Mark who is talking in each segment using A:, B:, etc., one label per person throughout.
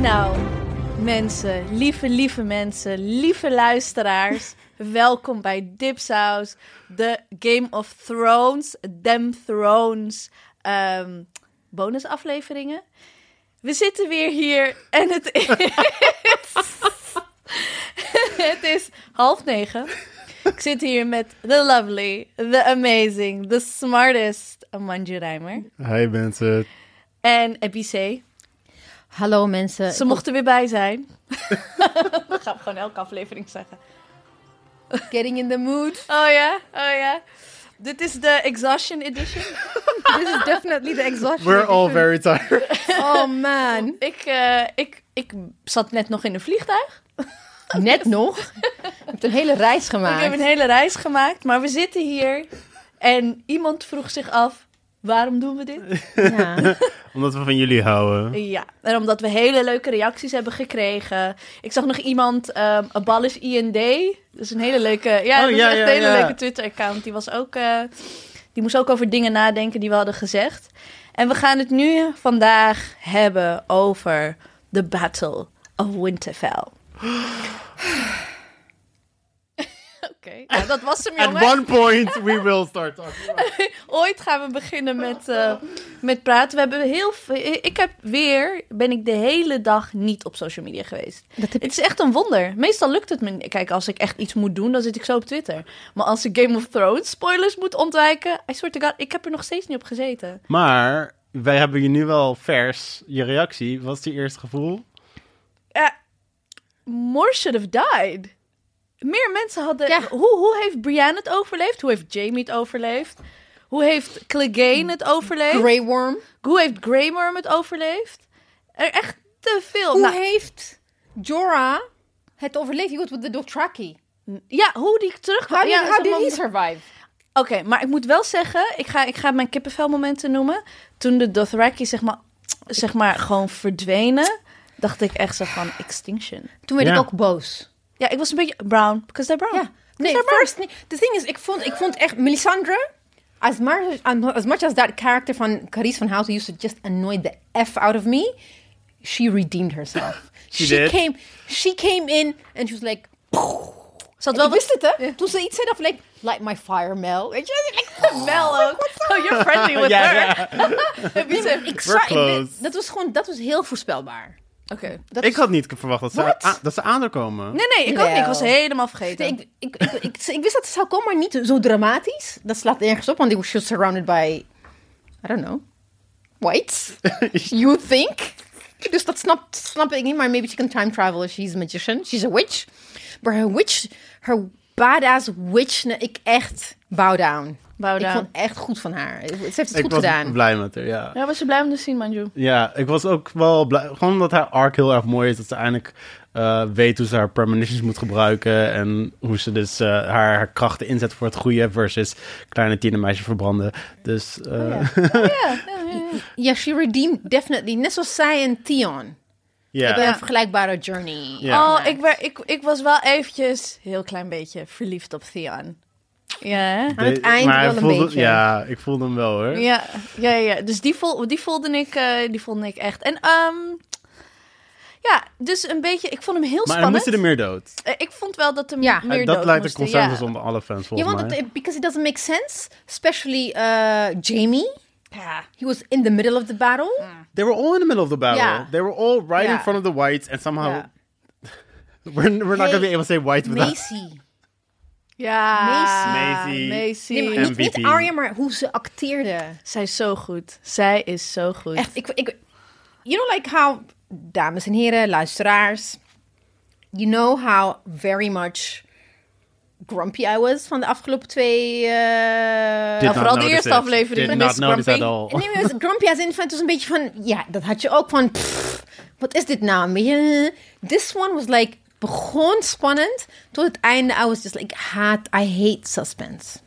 A: Nou, mensen, lieve, lieve mensen, lieve luisteraars. Welkom bij Dipsaus, de Game of Thrones, Them Thrones ehm, bonusafleveringen. We zitten weer hier en het is... het is half negen. Ik zit hier met the lovely, the amazing, the smartest Manju Rijmer
B: Hi mensen.
A: en Epice.
C: Hallo mensen.
A: Ze mochten weer bij zijn. Dat gaan we gewoon elke aflevering zeggen.
C: getting in the mood.
A: Oh ja, oh ja. Dit is de Exhaustion Edition.
C: This is definitely the exhaustion.
B: We're all very tired.
C: Oh man.
A: Ik, eh, ik, ik zat net nog in een vliegtuig.
C: Net nog. Je hebt een hele reis
A: Ik heb een
C: gemaakt.
A: hele reis gemaakt, maar we zitten hier. En iemand vroeg zich af, waarom doen we dit?
C: Ja.
B: Omdat we van jullie houden.
A: Ja, en omdat we hele leuke reacties hebben gekregen. Ik zag nog iemand, ehm A Ball is IND. Dat is een hele leuke, ja,
B: Oh,
A: dat is
B: ja,
A: echt
B: ja,
A: een hele
B: ja.
A: leuke Twitter-account. Die, was ook, eh, die moest ook over dingen nadenken die we hadden gezegd. En we gaan het nu vandaag hebben over The Battle of Winterfell. Oké, nou, dat was hem,
B: At
A: jongens.
B: one point we will start talking. about-
A: Ooit gaan we beginnen met, eh, met praten. We hebben heel veel. Ik heb weer. Ben ik de hele dag niet op social media geweest.
C: Dat heb-
A: Het is echt een wonder. Meestal lukt het me. niet. Kijk, als ik echt iets moet doen, dan zit ik zo op Twitter. Maar als ik Game of Thrones spoilers moet ontwijken. I swear to God, ik heb er nog steeds niet op gezeten.
B: Maar wij hebben je nu wel vers. Je reactie. Wat is je eerste gevoel?
A: Eh, more should have died. Meer mensen hadden.
C: Ja.
A: Hoe, hoe heeft Brienne het overleefd? Hoe heeft Jamie het overleefd? Hoe heeft Clegane het overleefd?
C: Grey Worm.
A: Hoe heeft Grey Worm het overleefd? Er echt te veel.
C: Hoe
A: Nou,
C: heeft Jorah het overleefd? He was with the Dothraki.
A: ja, hoe die terugkwam.
C: How did,
A: ja,
C: how
A: zo'n
C: did
A: man-
C: he survive?
A: Oké, maar ik moet wel zeggen, ik ga, ik ga mijn kippenvelmomenten noemen. Toen de Dothraki zeg maar, zeg maar gewoon verdwenen, dacht ik echt zo van extinction.
C: Toen werd
B: Ja.
C: ik ook boos.
A: Ja, ik was een beetje brown, because they're brown.
C: Ja. Nee,
A: Zeg maar.
C: first... nee. The thing is, ik vond, ik vond echt... Melisandre... As much, as much as that character van Carice van Houten used to just annoy the F out of me, she redeemed herself.
B: She did.
C: Came, she came in and she was like,
A: Ze had wel
C: ik wist
A: wat
C: het, hè? Toen ze iets zei, dan van, like, light my fire, Mel. Weet je? Like,
A: Mel ook. Oh, you're friendly with
B: Ja,
A: her.
B: ja.
C: nee, maar ik zag- ik
B: close.
C: weet- dat was gewoon, dat was heel voorspelbaar.
A: Oké.
C: Dat
B: Ik
C: was-
B: had niet verwacht dat ze,
C: What?
B: a- dat ze aan zou komen.
A: Nee, nee, ik ook niet. Ik was
C: Wel.
A: helemaal
C: Nee,
A: vergeten.
C: ik, ik, ik, ik, ik wist dat het zou komen, maar niet zo dramatisch. Dat slaat nergens op, want die was just surrounded by, I don't know, whites. you think? Dus dat snap, snap ik niet, maar maybe she can time travel if she's a magician. She's a witch. Maar her witch, her badass witch, nee, ik echt bow down.
A: Bow down.
C: Ik vond echt goed van haar. Ze heeft het
B: Ik
C: goed
B: was
C: gedaan.
B: blij met haar, ja.
A: Ja, was je blij om te zien, Manju?
B: Ja, ik was ook wel blij. Gewoon omdat haar arc heel erg mooi is. Dat ze eindelijk eh, weet hoe ze haar premonitions moet gebruiken. En hoe ze dus eh, haar, haar krachten inzet voor het goede. Versus kleine tienermeisje verbranden. Dus eh,
C: Oh
A: Ja, ja, ja.
C: Ja, she redeemed definitely. Net zoals zij en Tion.
B: ja.
C: Hebben een vergelijkbare journey.
B: Ja.
A: Oh, ik, werd- ik, ik was wel eventjes heel klein beetje verliefd op Theon. Ja, hè?
C: Aan het eind
B: maar hij
C: wel een
B: voelde-
C: beetje.
B: Ja, ik voelde hem wel hoor.
A: ja, ja, ja. Dus die, vol, die, voelde ik, eh, die voelde ik echt. En ehm, ja, dus een beetje, ik vond hem heel
B: maar dan
A: spannend.
B: moesten er meer dood. Eh,
A: Eh, Ik vond wel dat er
C: Ja.
A: meer
B: dat
A: dood
B: lijkt de
A: moesten,
B: consensus
A: ja.
B: onder alle fans
C: Ja,
B: volgens
C: want
B: mij.
C: het, because it doesn't make sense. Especially eh, Jamie.
A: Ja.
C: He was in the middle of the battle.
B: They were all in the middle of the battle.
C: Ja.
B: They were all right in
C: Ja.
B: front of the whites. And somehow...
C: Ja.
B: We're, we're not going to be
C: Hey,
B: able to say white without...
C: Macy.
A: Ja.
B: Macy.
A: Macy.
C: Nee, maar niet, niet
B: MVP.
C: Arya, maar hoe ze acteerde.
A: Zij is zo goed. Zij is zo goed.
C: Echt, ik, ik... You know like how... Dames en heren, luisteraars. You know how very much grumpy I was van de afgelopen twee... eh,
B: Did not
A: vooral de
B: notice
A: eerste
B: it.
A: aflevering
B: Did
A: van
B: not
A: Miss
B: notice at
A: Grumpy.
B: all.
C: Nee, maar het was grumpy als in van, het was een beetje van, ja, dat had je ook van, pff, wat is dit nou? Een beetje, eh. this one was like, begon spannend, tot het einde, I was just like, ik haat, I hate suspense.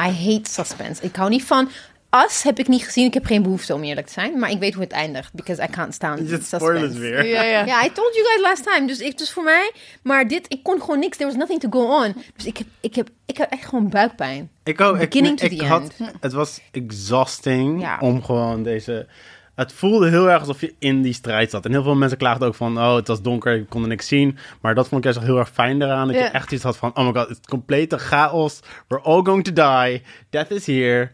C: I hate suspense. Ik hou niet van As heb ik niet gezien. Ik heb geen behoefte om eerlijk te zijn. Maar ik weet hoe het eindigt. Because I can't stand
B: Je zit
C: suspense.
B: spoilers weer.
A: Ja, ja.
C: Ja, I told you guys last time. Dus, ik, dus voor mij... Maar dit, ik kon gewoon niks. There was nothing to go on. Dus ik heb, ik heb, ik heb echt gewoon buikpijn.
B: Ik ook. Ik,
C: Beginning to
B: ik
C: the
B: had, Het was exhausting
C: Ja.
B: om gewoon deze... Het voelde heel erg alsof je in die strijd zat. En heel veel mensen klaagden ook van... Oh, het was donker, ik kon er niks zien. Maar dat vond ik juist wel heel erg fijn eraan. Dat je
A: Ja.
B: echt iets had van... Oh my god, het complete chaos. We're all going to die. Death is here.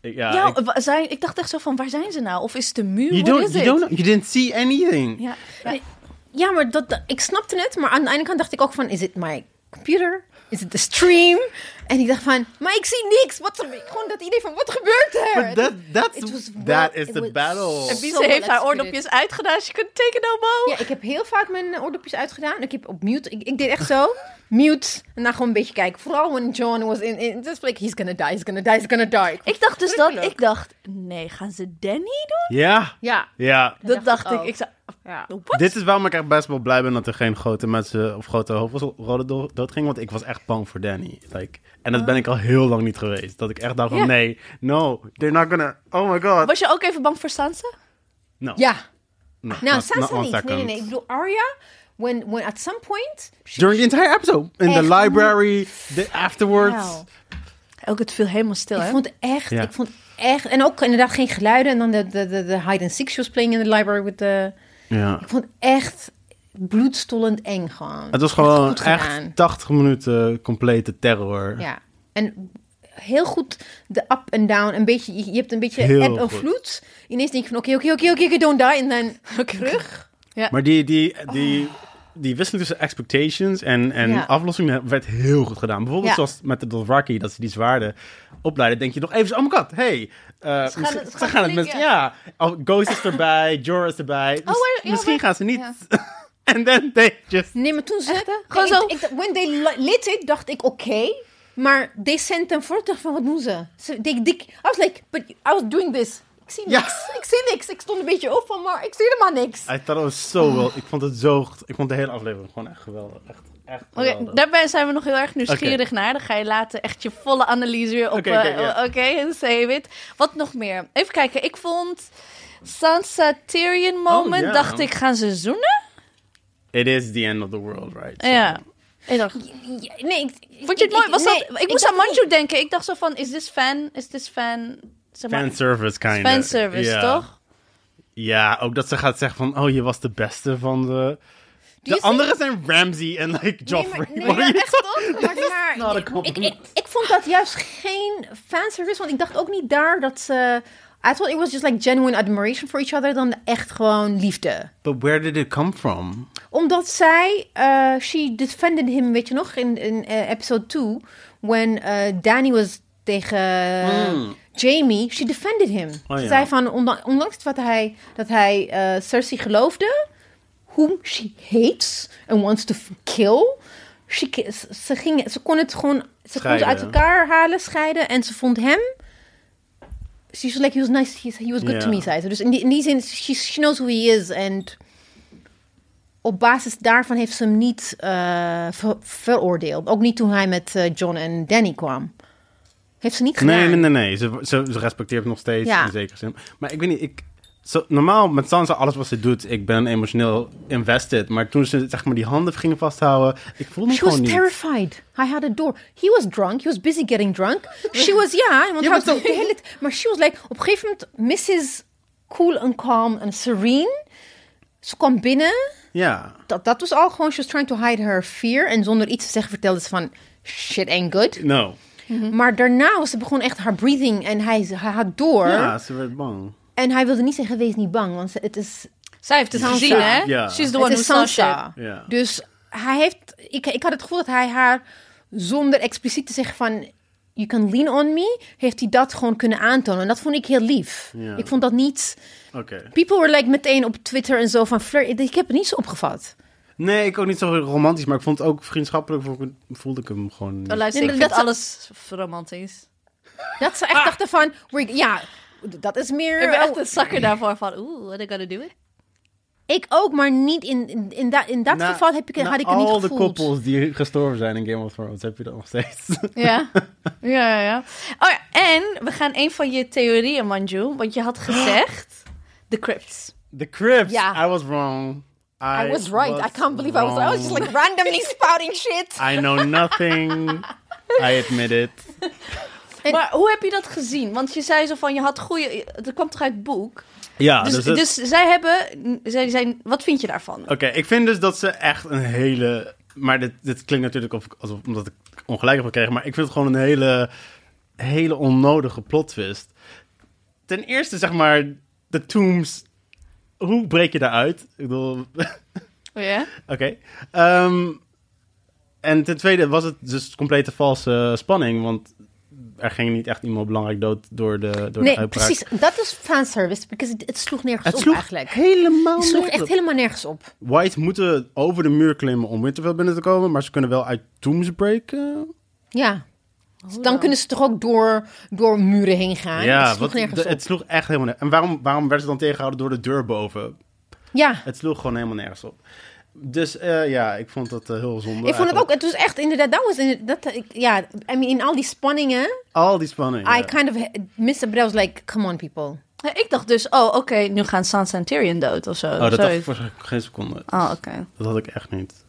B: Ik- Ja,
A: Ja,
B: ik-
A: wa- zijn, ik dacht echt zo van, waar zijn ze nou? Of is het de muur?
B: you,
A: What
B: don't,
A: is
B: you,
A: it?
B: don't, you didn't see anything.
A: Ja, ja.
C: Nee, Ja, maar dat, dat- ik snapte het. Maar aan de ene kant dacht ik ook van... Is het my computer? Is het de stream? En ik dacht van... Maar ik zie niks. Wat, gewoon dat idee van... Wat gebeurt er?
B: But that, that's,
C: It was wel-
B: that is
C: it
B: the
C: was
B: battle.
A: En Biese
C: Zo
A: heeft haar
C: relaxed
A: oordopjes uitgedaan. She couldn't take it no more.
C: Ja, ik heb heel vaak mijn eh, oordopjes uitgedaan. Ik heb op mute. Ik, ik deed echt zo. Mute. En dan gewoon een beetje kijken. Vooral when John was in. in just like, he's gonna die, he's gonna die, he's gonna die. Ik-
A: Ik dacht dus dat,
C: Drukelijk.
A: ik dacht, nee, gaan ze Danny doen?
B: Ja,
C: Ja.
B: ja.
A: Dat
C: dacht
A: dacht
C: ik
A: ik.
C: ook.
A: Ik zei,
C: ja.
A: what?
B: Dit is waarom ik echt best wel blij ben dat er geen grote mensen of grote hoofdrollen do- doodgingen. Want ik was echt bang voor Danny. Like, en
C: Ah.
B: dat ben ik al heel lang niet geweest. Dat ik echt dacht van
A: Ja.
B: nee, no, they're not gonna. Oh my god.
A: Was je ook even bang voor Sansa?
B: No,
C: Ja.
B: no,
C: Nou,
B: not- not
C: Sansa
B: one
C: niet. Nee, nee, nee. Ik
B: second.
C: bedoel, Arya, when, when at some point... she-
B: During the entire episode. In the
C: Echt niet.
B: library, the afterwards.
A: Wauw. Nou. Ook het viel helemaal stil,
C: Ik
A: hè?
C: vond echt,
B: Ja.
C: ik vond echt... En ook inderdaad geen geluiden. En dan de, de, de, de hide-and-seek she was playing in the library with the...
B: Ja.
C: Ik vond echt bloedstollend eng gewoon.
B: Het was gewoon
C: goed
B: echt,
C: gedaan.
B: 80 minuten complete terror.
C: Ja, en heel goed de up en down. Een beetje, je je hebt een beetje
B: Heel
C: ebb en
B: goed.
C: vloed. Ineens denk je van oké, oké, oké, oké, oké, don't die. En dan terug.
B: Maar die, die, die, die wisseling tussen expectations en, en
C: Ja.
B: aflossing werd heel goed gedaan. Bijvoorbeeld
C: Ja.
B: zoals met de Dothraki, dat ze die zwaarden opleiden. denk je nog even, zo, oh my god, hey. eh, misschien-
A: het- ze
B: ze
A: gaan
B: gaan het
A: het
B: met,
A: linken.
B: ja. Oh, Ghost is erbij, Jorah is erbij. Mis-
A: Oh, waar- ja,
B: misschien
A: waar-
B: gaan ze niet. En then they just...
C: Nee, maar toen ze... Nee,
A: Gewoon
C: ik-
A: zo.
C: ik dacht- when they li- lit it, dacht ik oké. maar they sent them forth. dacht van wat doen ze? ze they, they- I was like, but I was doing this. Ik zie
B: Ja. Ah.
C: niks. Ik zie niks. Ik stond een beetje op van, maar ik zie helemaal niks.
B: I thought it was so well. Ik vond het zo... goed. Ik vond de hele aflevering gewoon echt geweldig. Echt, echt
A: Oké,
B: geweldig.
A: daarbij zijn we nog heel erg nieuwsgierig naar. Dan ga je later echt je volle analyse weer op... eh,
B: Oké,
A: Oké,
B: oké, ja.
A: en save it. Wat nog meer? Even kijken, ik vond Sansa Tyrion moment.
B: Oh, ja.
A: Dacht ik, gaan ze zoenen?
B: It is the end of the world, right? So-
A: Ja. Ik dacht,
C: Ja, Nee, ik,
A: vond je het mooi? Was
C: nee,
A: dat, ik moest
C: dacht
A: aan Manju
C: niet.
A: denken. Ik dacht zo van, is dit fan? Is dit fan... Zeg maar,
B: Fanservice, kind of.
A: fanservice, toch?
B: Ja, ook dat ze gaat zeggen van, oh, je was de beste van de...
C: you
B: De anderen zijn Ramsey en like
C: Nee,
B: Joffrey.
C: maar, nee,
B: Wat Nou,
C: maar
B: is
C: echt
B: dat?
C: toch? Maar, maar-
B: Not a
C: ik,
B: compliment.
C: ik, ik vond dat juist geen fanservice, want ik dacht ook niet daar dat ze... I thought it was just like genuine admiration for each other, dan echt gewoon liefde.
B: But where did it come from?
C: Omdat zij, eh, she defended him, weet je nog, in, in eh, episode 2, when eh, Danny was tegen Jamie, she defended him.
B: Hmm. Oh,
C: Ze
B: ja.
C: zei van, ondanks, ondanks wat hij, dat hij eh, Cersei geloofde, whom she hates and wants to f- kill, she, ki- ze- ze, ging, ze kon het gewoon, ze kon ze
B: Scheiden.
C: uit elkaar halen, scheiden en ze vond hem... She was like, he was nice, he, he was good to
B: Ja.
C: me, zei ze. Dus in die, in die zin, she, she knows who he is and op basis daarvan heeft ze hem niet eh, ver- veroordeeld. Ook niet toen hij met eh, John en Danny kwam. Heeft ze niet gedaan.
B: Nee, nee, nee, nee. Ze, ze, ze respecteert nog steeds
C: Ja.
B: in zekere zin. Maar ik weet niet, ik... Zo, normaal met Sansa, alles wat ze doet, ik ben emotioneel invested. Maar toen ze zeg maar die handen gingen vasthouden, ik voelde me
C: She was
B: gewoon niet.
C: terrified. Hij had het door. He was drunk. He was busy getting drunk. She was, ja, want hij was de hele tijd- Maar she was like, op een gegeven moment, Mrs. Cool and Calm and Serene. Ze kwam binnen.
B: Ja.
C: Dat, dat was al gewoon, she was trying to hide her fear. En zonder iets te zeggen vertelde ze van, shit ain't good.
B: No. Mm-hmm.
C: Maar daarna was ze begon echt haar breathing en hij, hij had door.
B: Ja, ze werd bang.
C: En hij wilde niet zeggen, wees niet bang, want ze- het is,
A: Zij heeft het
C: Sansa.
A: gezien, hè?
B: Ja.
A: She's the one
C: het
A: who
C: is
A: saw shit.
C: Sansa.
B: Ja.
C: Dus hij heeft, ik, ik had het gevoel dat hij haar zonder expliciet te zeggen van, you can lean on me, heeft hij dat gewoon kunnen aantonen. En dat vond ik heel lief.
B: Ja.
C: Ik vond dat niet,
B: Oké.
C: people were like meteen op Twitter en zo van, flirt, ik heb het niet zo opgevat.
B: Nee, ik ook niet zo romantisch, maar ik vond het ook vriendschappelijk, voelde ik- voelde ik hem gewoon niet.
A: Oh, luister,
C: Nee,
A: ik
C: maar
A: vind alles romantisch.
C: Dat ze echt dachten van, we're- ja, dat is meer...
A: Ik ben echt een zakker daarvoor van, oeh, what I gotta do it.
C: Ik ook, maar niet in, in, in dat, in dat
B: Na-
C: geval heb ik,
B: na
C: had ik het niet
B: al
C: gevoeld.
B: de koppels die gestorven zijn in Game of Thrones heb je dat nog steeds.
A: Ja. ja, ja, ja. Oh ja, en we gaan een van je theorieën, Manju. Want je had gezegd... The Crypts.
B: The Crypt.
C: Ja.
B: I was wrong. I,
C: I was right. I can't believe I was. I was just
B: wrong.
C: like randomly spouting shit.
B: I know nothing. I admit it.
A: Maar hoe heb je dat gezien? Want je zei zo van, je had goede... Dat kwam toch uit het boek?
B: Ja,
A: dus,
B: Ah, het-
A: dus zij hebben... Zij zijn, wat vind je daarvan?
B: Oké, ik vind dus dat ze echt een hele. Maar dit, dit klinkt natuurlijk of, alsof omdat ik ongelijk heb gekregen. Maar ik vind het gewoon een hele, hele onnodige plot twist. Ten eerste, zeg maar, de tombs. Hoe breek je daaruit? Ik bedoel,
A: Ja?
B: Oké. Ehm, en ten tweede was het dus complete valse spanning, want er ging niet echt iemand belangrijk dood door de, door de
C: Nee,
B: uitbraak.
C: precies. Dat is fanservice, because het, het sloeg nergens
B: Het
C: op
B: sloeg
C: eigenlijk.
B: helemaal
C: Het sloeg
B: nergens
C: echt
B: op.
C: helemaal nergens op.
B: White moeten over de muur klimmen om Winterfell binnen te komen, maar ze kunnen wel uit eh. Tombs breken.
C: Ja.
A: Oh,
C: Dus dan kunnen ze toch ook door, door muren heen gaan. het sloeg
B: wat-
C: nergens
B: de-
C: op.
B: het sloeg echt helemaal nergens. En waarom, waarom werd ze dan tegengehouden door de deur boven?
C: ja.
B: Het sloeg gewoon helemaal nergens op. Dus eh, ja, ik vond dat eh, heel zonde.
C: Ik vond het
B: eigenlijk.
C: ook, het was echt inderdaad, dat was inderdaad, dat, ik, ja, I mean, in al die spanningen,
B: Al die spanning.
C: I
B: ja.
C: kind of missed it, but I was like, come on people.
A: Ja, Ik dacht dus, oh, oké, nu gaan Sansa en Tyrion dood of zo.
B: Oh, dat dacht ik
A: Zoiets.
B: voor geen seconde.
A: Oh, oké.
B: Dat had ik echt niet.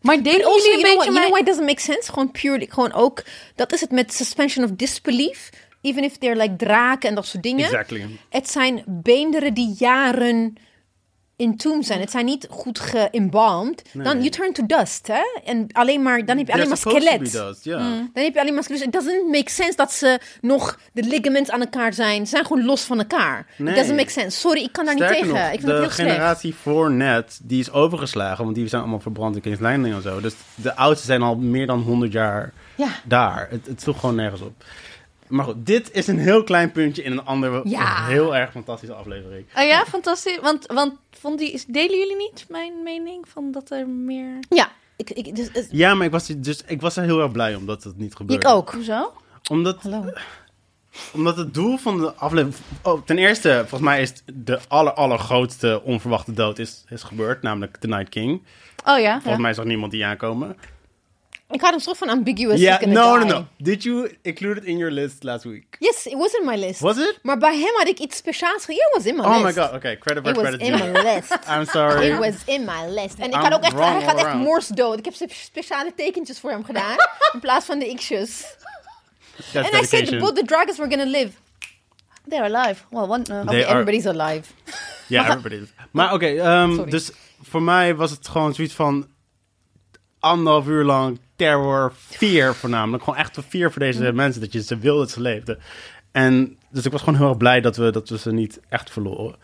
A: Maar deden
C: En also,
A: jullie
C: you
A: een
C: know, what,
A: beetje
C: you know why
A: mee-
C: it doesn't make sense? Gewoon purely, gewoon ook, dat is het met suspension of disbelief. Even if they're like draken en dat soort dingen.
B: Exactly.
C: Het zijn beenderen die jaren in tomb zijn. Het zijn niet goed geembalmd. Dan, you turn to dust, hè? En alleen maar, dan heb je alleen maar skelet. Mm.
B: Ja.
C: Dan heb je alleen maar skelet. Dus it doesn't make sense dat ze nog de ligaments aan elkaar zijn. Ze zijn gewoon los van elkaar.
B: Nee.
C: It doesn't make sense. Sorry, ik kan daar niet
B: Sterker
C: tegen.
B: nog,
C: ik vind
B: de
C: het heel slecht.
B: generatie voor net, die is overgeslagen, want die zijn allemaal verbrand in Kings Landing en zo. Dus de oudste zijn al meer dan 100 jaar
C: Ja.
B: daar. Het, het sloeg gewoon nergens op. Maar goed, dit is een heel klein puntje in een andere
C: Ja.
B: heel erg fantastische aflevering.
A: Oh ja, fantastisch. Want, want vond die, delen jullie niet mijn mening van dat er meer...
C: Ja, ik, ik, dus, het-
B: Ja, maar ik was, dus, ik was er heel erg blij om dat het niet gebeurde.
C: ik ook.
A: Hoezo?
B: Omdat,
C: Hallo.
B: omdat het doel van de aflevering... Oh, ten eerste, volgens mij is het de aller, allergrootste onverwachte dood is, is gebeurd. Namelijk The Night King.
A: Oh ja.
B: Volgens mij zag niemand die aankomen.
C: Ik had een soort van ambiguous.
B: Ja,
C: is gonna
B: no, no,
C: die.
B: no. Did you include it in your list last week?
C: Yes, it was in my list.
B: Was it?
C: Maar bij hem had ik iets speciaals. ge- Ja, it was in my
B: Oh
C: list.
B: my god, okay. Credit where
C: It was
B: credit
C: in
B: due.
C: my list.
B: I'm sorry.
C: It was in my list. En ik
B: I'm
C: had ook echt,
B: wrong
C: hij gaat echt
B: around.
C: Morse dood. Ik heb spe- speciale tekentjes voor hem gedaan. in plaats van de X'jes.
B: That's
C: En I said
B: dedication.
C: both the dragons were gonna live.
A: They're alive. Well, one, uh,
B: They are-
C: Everybody's alive.
B: Ja, everybody is. Maar oké, ehm,
C: Sorry.
B: dus voor mij was het gewoon zoiets van anderhalf uur lang terror, fear voornamelijk. Gewoon echt fear voor deze
C: Mm.
B: mensen, dat je ze wilde dat ze leefden. En dus ik was gewoon heel erg blij dat we, dat we ze niet echt verloren.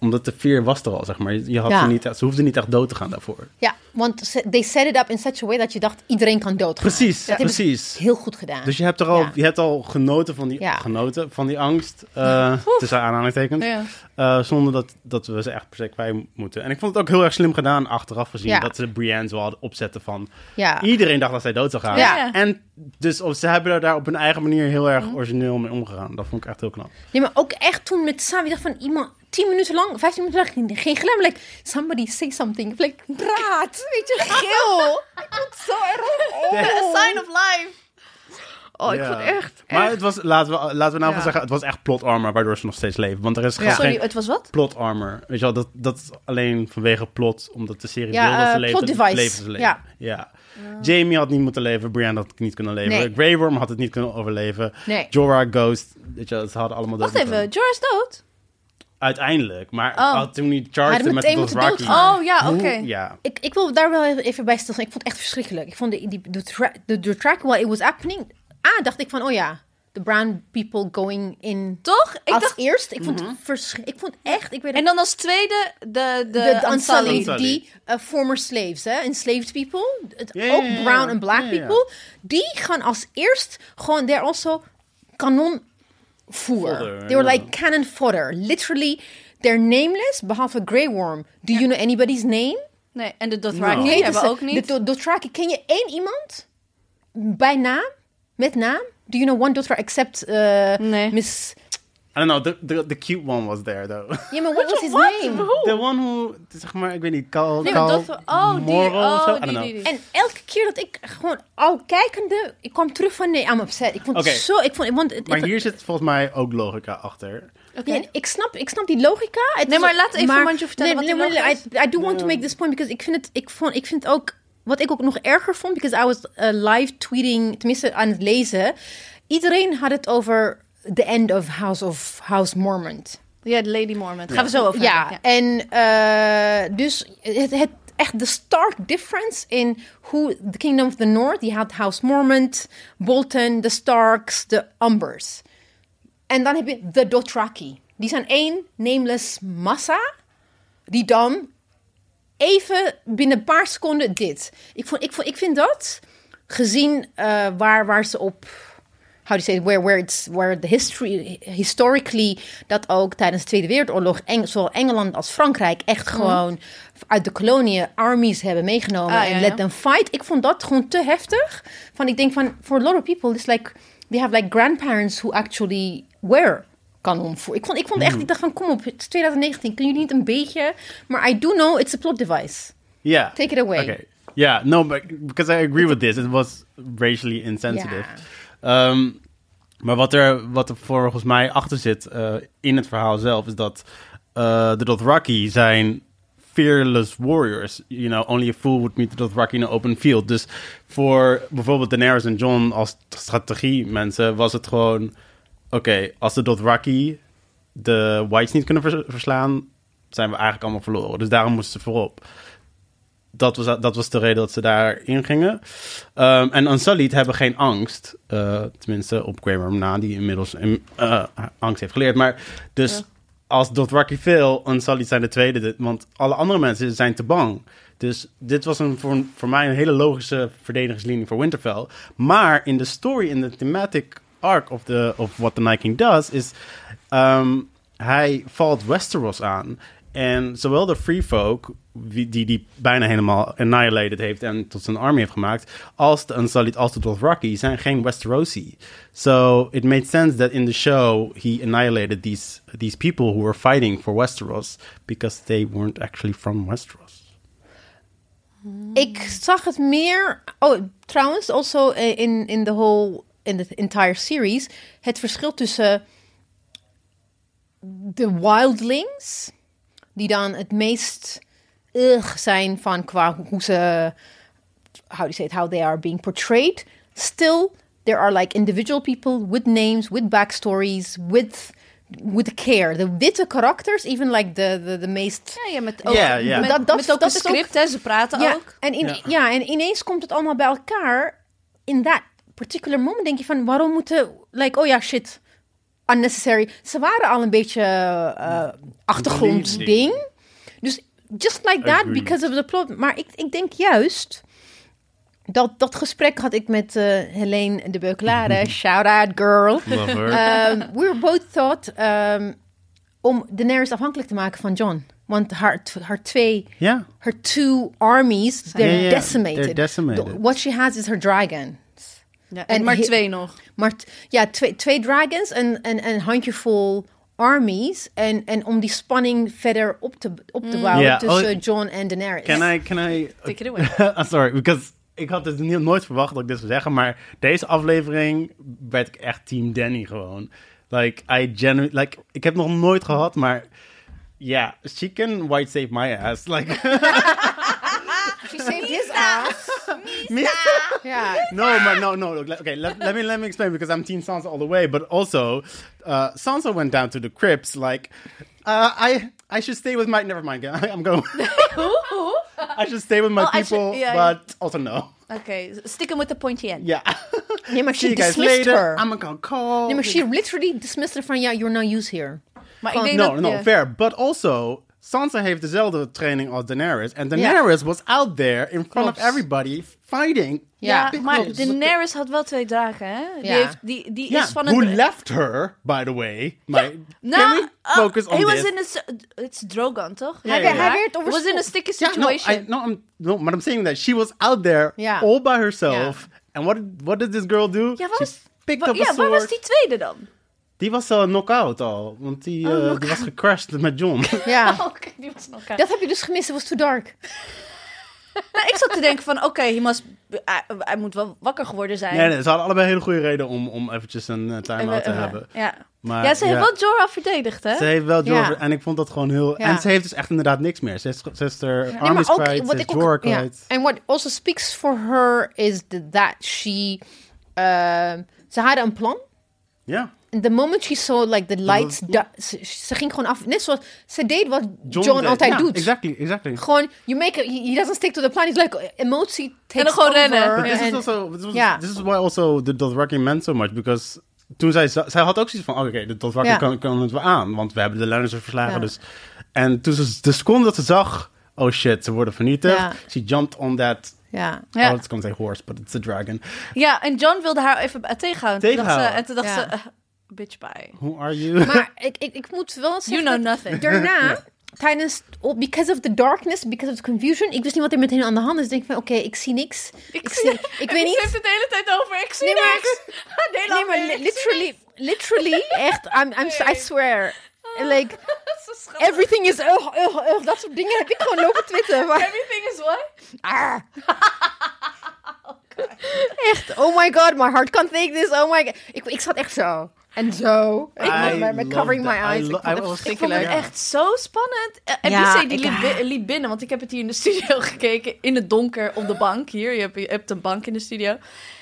B: Omdat de fear was er al, zeg maar. Je je had
C: Ja.
B: ze, niet, ze hoefden niet echt dood te gaan daarvoor.
C: Ja, want ze- they set it up in such a way dat je dacht iedereen kan doodgaan.
B: Precies,
C: Dat hebben ze
B: precies.
C: heel goed gedaan.
B: Dus je hebt er al,
C: Ja.
B: je hebt al genoten van die,
C: Ja.
B: genoten van die angst. eh, tussen aanhalingstekens.
A: Ja.
B: Eh, zonder dat, dat we ze echt per se kwijt moeten. En ik vond het ook heel erg slim gedaan achteraf gezien.
C: Ja.
B: Dat ze Brienne zo hadden opzetten van.
C: Ja.
B: Iedereen dacht dat zij dood zou gaan.
A: Ja. Mhm.
B: En dus of, ze hebben er daar op hun eigen manier heel erg origineel mee omgegaan. Dat vond ik echt heel knap.
C: Ja, maar ook echt toen met Sam, ik dacht van iemand, 10 minuten lang, 15 minuten lang, geen- geen glimlach. Like, somebody say something. Of Like, praat, weet je, geel. ik vond het zo erg.
A: A sign of life. Oh, ik
B: Ja.
A: vond echt...
B: Maar
A: echt-
B: het was, laten we, laten we
A: Ja.
B: nou van zeggen, het was echt plot armor waardoor ze nog steeds leven. Want er is gewoon
A: Sorry,
B: geen
A: het was wat?
B: plot armor. Weet je wel, dat, dat is alleen vanwege plot, omdat de serie
C: Ja,
B: wil dat ze
C: eh,
B: leven.
C: plot device.
B: leven ze leven.
C: Ja.
B: Ja. Jamie had niet moeten leven, Brienne had niet kunnen leven.
C: Nee.
B: Grey Worm had het niet kunnen overleven.
C: Nee.
B: Jorah, Ghost, weet je wel, ze hadden allemaal dood
A: Wacht even,
B: moeten.
A: Jorah is dood?
B: Uiteindelijk, maar
A: Oh.
B: had toen niet
C: Hij had
B: charged met de
C: meteen moeten
B: Dothraki.
C: doodgaan.
A: Oh, ja,
B: Hoe-
A: oké.
B: Ja.
C: Ik, ik wil daar wel even- even bij stilstaan. Ik vond het echt verschrikkelijk. Ik vond de, die, de, tra- de, de track while it was happening... Ah, dacht ik van, oh ja, the brown people going in...
A: Toch? Ik
C: als
A: dacht... Mhm.
C: eerst, ik vond, het verschri- ik vond echt... Ik weet
A: En dan als tweede de, de,
C: de, de
A: Unsullied.
C: Unsullied,
B: Unsullied.
C: die eh, former slaves, hè, enslaved people, het-
B: Ja, ja,
C: ook
B: ja, ja.
C: brown en black
B: Ja, ja.
C: people, die gaan als eerst gewoon, they're also kanon voer.
B: Fodder,
C: They
B: ja.
C: were like cannon fodder. Literally, they're nameless, behalve Grey Worm. Do you know anybody's name?
A: Nee, en de Dothraki
B: Nou.
C: Nee,
A: hebben we
C: dus,
A: ook
C: eh,
A: niet.
C: De, Do- Dothraki, ken je één iemand? Bij naam? Met naam? Do you know one Dothraki except eh,
A: Nee.
C: Miss...
B: I don't know, the, the, the cute one was there though.
C: Ja, maar what was his
A: What?
C: name?
A: Hoe?
B: The one who, zeg maar, ik weet niet, Carl,
A: Oh. Nee, maar
B: Carl
A: dat we- oh, die-
B: Morrell of
A: oh,
B: zo?
A: die,
B: I don't know.
A: die, die.
C: En elke keer dat ik gewoon al kijkende, ik kwam terug van nee, I'm upset. Ik vond
B: Oké.
C: het zo, ik vond, ik vond het,
B: Maar
C: ik-
B: hier zit volgens mij ook logica achter.
A: Oké.
C: Ja, ik, snap, ik snap die logica. Het
A: Nee,
C: is
A: maar
C: ook-
A: laat even Manju vertellen wat die
C: maar
A: logica
C: I, I do want to make this point, because ik vind het, ik vond, ik vind het ook, wat ik ook nog erger vond, because I was eh, live tweeting, tenminste aan het lezen. Iedereen had het over the end of House of House Mormon.
A: Ja, de Lady Mormon. Gaan we zo over
C: Ja,
A: hebben,
C: en eh, dus het, het, echt de stark difference in hoe the Kingdom of the North, die had House Mormon, Bolton, de Starks, de Umbers. En dan heb je de Dothraki. Die zijn één nameless massa, die dan even binnen een paar seconden dit. Ik, vond, ik, vond, ik vind dat, gezien eh, waar, waar ze op... How do you say it? Where, where, it's, where the history... Historically, dat ook tijdens de Tweede Wereldoorlog... Eng, zowel Engeland als Frankrijk
A: Mhm.
C: echt gewoon uit de koloniën armies hebben meegenomen.
A: Ah, ja,
C: en let
A: ja.
C: them fight. Ik vond dat gewoon te heftig. Van, ik denk van, for a lot of people, it's like... They have like grandparents who actually wear kanon voor. Ik vond, ik vond echt, ik dacht van, kom op, het is 2019, kunnen jullie niet een beetje... Maar I do know, it's a plot device.
B: Yeah.
C: Take it away.
B: Okay. Yeah, no, but because I agree with this, it was racially insensitive. Ehm, maar wat er, wat er volgens mij achter zit eh, in het verhaal zelf, is dat eh, de Dothraki zijn fearless warriors. You know, only a fool would meet the Dothraki in an open field. Dus voor bijvoorbeeld Daenerys en Jon als strategie mensen was het gewoon... Oké, als de Dothraki de Whites niet kunnen vers- verslaan, zijn we eigenlijk allemaal verloren. Dus daarom moesten ze voorop dat was, dat was de reden dat ze daarin gingen. Ehm, en Unsullied hebben geen angst. eh, tenminste, op Kramer na, die inmiddels in- eh, angst heeft geleerd. Maar dus als Dothraki veel, Unsullied zijn de tweede. dit- Want alle andere mensen zijn te bang. Dus dit was een, voor, voor mij een hele logische verdedigingslinie voor Winterfell. Maar in de story, in de thematic arc of, the, of what the Night King does, is ehm, hij valt Westeros aan. En zowel de Free Folk, wie- die die bijna helemaal annihilated heeft en tot zijn army heeft gemaakt, als de Unsullied, als de Dothraki, zijn geen Westerosi. So it made sense that in the show he annihilated these, these people who were fighting for Westeros because they weren't actually from Westeros.
C: Ik zag het meer. Oh, trouwens, also eh, in, in the whole. in the entire series. Het verschil tussen. de wildlings. die dan het meest. ugh zijn van qua ho- hoe ze. how do you say it? how they are being portrayed. Still, there are like individual people with names, with backstories, with. With care. De witte karakters, even like the, the, the meest.
A: ja. ja, met ook,
B: Ja, ja.
A: Met,
C: Dat- dat-
A: met ook
C: dat
A: een
C: is ook-
A: script, hè. Ze praten
C: Ja,
A: ook.
C: En in,
B: Ja.
C: ja. en ineens komt het allemaal bij elkaar. In dat particular moment denk je van, waarom moeten... Like, oh ja, shit. Unnecessary. Ze waren al een beetje eh, achtergrondding. Dus just like that,
B: Agree.
C: because of the plot. Maar ik, ik denk juist... Dat, dat gesprek had ik met eh Helene de Beukelare. Shout out, girl.
B: Lover.
C: Ehm, we were both thought... ehm, om Daenerys afhankelijk te maken van John. Want haar, haar twee
B: Ja.
C: her two armies they're
B: yeah,
C: decimated.
B: they're decimated.
C: The- what she has is her dragons.
A: Ja, en
C: En
A: maar
C: he-
A: twee nog.
C: Maar t- ja, twee, twee dragons en en een handjevol armies en en om die spanning verder op te op
A: Mm.
C: te bouwen
B: Ja,
C: tussen
B: oh,
C: John en Daenerys.
B: Can I, can I...
A: Take it away.
B: I'm Ah, sorry, because ik had het nie- nooit verwacht dat ik dit zou zeggen, maar deze aflevering werd ik echt team Danny gewoon. Like, I genuinely... Like, ik heb nog nooit gehad, maar... Ja, she can white save my ass. Like,
C: She saved his ass. Ja.
B: no, maar no, no. Look, okay, let, let me let me explain because I'm Team Sansa all the way. But also, uh, Sansa went down to the crypts. Like, uh, I I should stay with my. Never mind. I'm going. I should stay with my
A: Oh, I should-
B: people,
A: yeah,
B: but also no.
A: Oké, stick him with the pointy end.
B: Yeah.
C: Nee, maar
B: See
C: she
B: you guys
C: dismissed
B: later.
C: her.
B: I'm gonna call.
C: Nee, maar she literally dismissed her van ja, you're no use here.
A: Maar ik denk
B: no,
A: dat...
B: no,
A: ja.
B: fair. But also, Sansa heeft dezelfde training als Daenerys. And Daenerys was out there in front of
C: Klopt.
B: everybody fighting.
A: Ja,
C: Ja,
A: Ah, maar
B: klopt.
A: Daenerys had wel twee draken, hè? Die,
C: Ja.
A: heeft, die, die
B: Yeah,
A: is van
B: who
A: een...
B: left her, by the way? My,
A: Nou,
B: can we focus
A: oh,
B: on
A: he
B: this?
A: was in a... s- It's Drogon, toch?
B: Hij- ja, ja. hij
C: werd
A: was in a sticky
B: Yeah, no,
A: situation.
B: I, no, I'm, no, but I'm saying that she was out there
C: Yeah.
B: all by herself. And what did, what did this girl do?
A: Ja, waar
B: she
A: was,
B: picked
A: wa-
B: up a
A: ja,
B: sword.
A: waar was die tweede dan?
B: Die was al knock-out al. Want die,
A: Oh,
B: eh, die was gecrashed met John.
C: Ja.
A: Oké, die was nog
C: Dat heb je dus gemist, het was too dark.
A: Nou, ik zat te denken van, oké, hij, must- hij- hij moet wel wakker geworden zijn.
B: Nee, nee, ze hadden allebei een hele goede reden om, om eventjes een eh, time-out
A: En we-
B: te
A: en we-
B: hebben.
A: Ja.
B: Maar,
A: ja, ze heeft
B: ja.
A: wel Jorah verdedigd, hè?
B: Ze heeft wel Jorah.
C: Ja.
B: En ik vond dat gewoon heel...
C: Ja.
B: En ze heeft dus echt inderdaad niks meer. Ze heeft, ze heeft haar
C: Nee,
B: armies
C: maar ook-
B: kwijt,
C: wat
B: ze heeft
C: ik ook-
B: Jorah
C: ja.
B: kwijt.
C: And what also speaks for her is the- that she... ehm, ze hadden een plan.
B: Ja.
C: And the moment she saw like the lights...
B: was-
C: da- ze, ze ging gewoon af. Net zoals... Ze deed wat John,
B: deed-
C: altijd
B: ja,
C: doet.
B: Exactly, exactly.
C: Gewoon, you make a, he he doesn't stick to the plan. He's like, emotie takes
A: dan gewoon
C: over.
A: rennen.
B: But this
C: and-
B: is also this, was,
C: Ja.
B: this is why also the Dothraki meant so much because toen zij za- zij had ook zoiets van oh, oké de Dothraki
C: Ja.
B: kan, kan het wel aan want we hebben de Lannisters verslagen
C: Ja.
B: dus en toen ze de seconde dat ze zag oh shit ze worden vernietigd
C: Ja.
B: she jumped on that
C: Ja.
A: Ja.
B: oh it's gonna say horse but it's a dragon
A: Ja, en John wilde haar even eh, tegenhouden. Toen dacht
B: Tegenhouden.
A: ze- en toen dacht
C: Ja.
A: ze, eh, bitch, bye.
B: who are you
C: Maar ik, ik, ik moet wel zeggen...
A: You know
C: dat
A: nothing.
C: Daarna, tijdens... op- Because of the darkness, because of the confusion... Ik wist niet wat er meteen aan de hand is. Dus Ik denk van, oké, ik zie niks. Ik, zie... Ik weet
A: Ze
C: niet...
A: heeft het de hele tijd over, ik zie
C: Nee, maar
A: niks. De hele
C: Nee, maar
A: aflevering,
C: li-
A: ik
C: literally... Literally, echt, I'm, I'm, I swear. Like,
A: zie- Ze schat-
C: everything is... Ugh, ugh, ugh. Dat soort dingen heb ik gewoon lopen twitteren. Maar
A: Everything is what?
C: Oh, echt, oh my god, my heart can't take this. Oh my god. Ik, ik zat echt zo. En zo. Ik,
B: I
C: met- met covering my
B: love that. I
C: eyes. Ik
B: lo-
C: vond het
B: I was
A: Ik vond het
B: Ja.
A: echt zo spannend. Eh, En
C: Ja,
A: BC die
C: ik-
A: liep, bi- liep binnen, want ik heb het hier in de studio gekeken. In het donker op de bank. Hier, je hebt, je hebt een bank in de studio.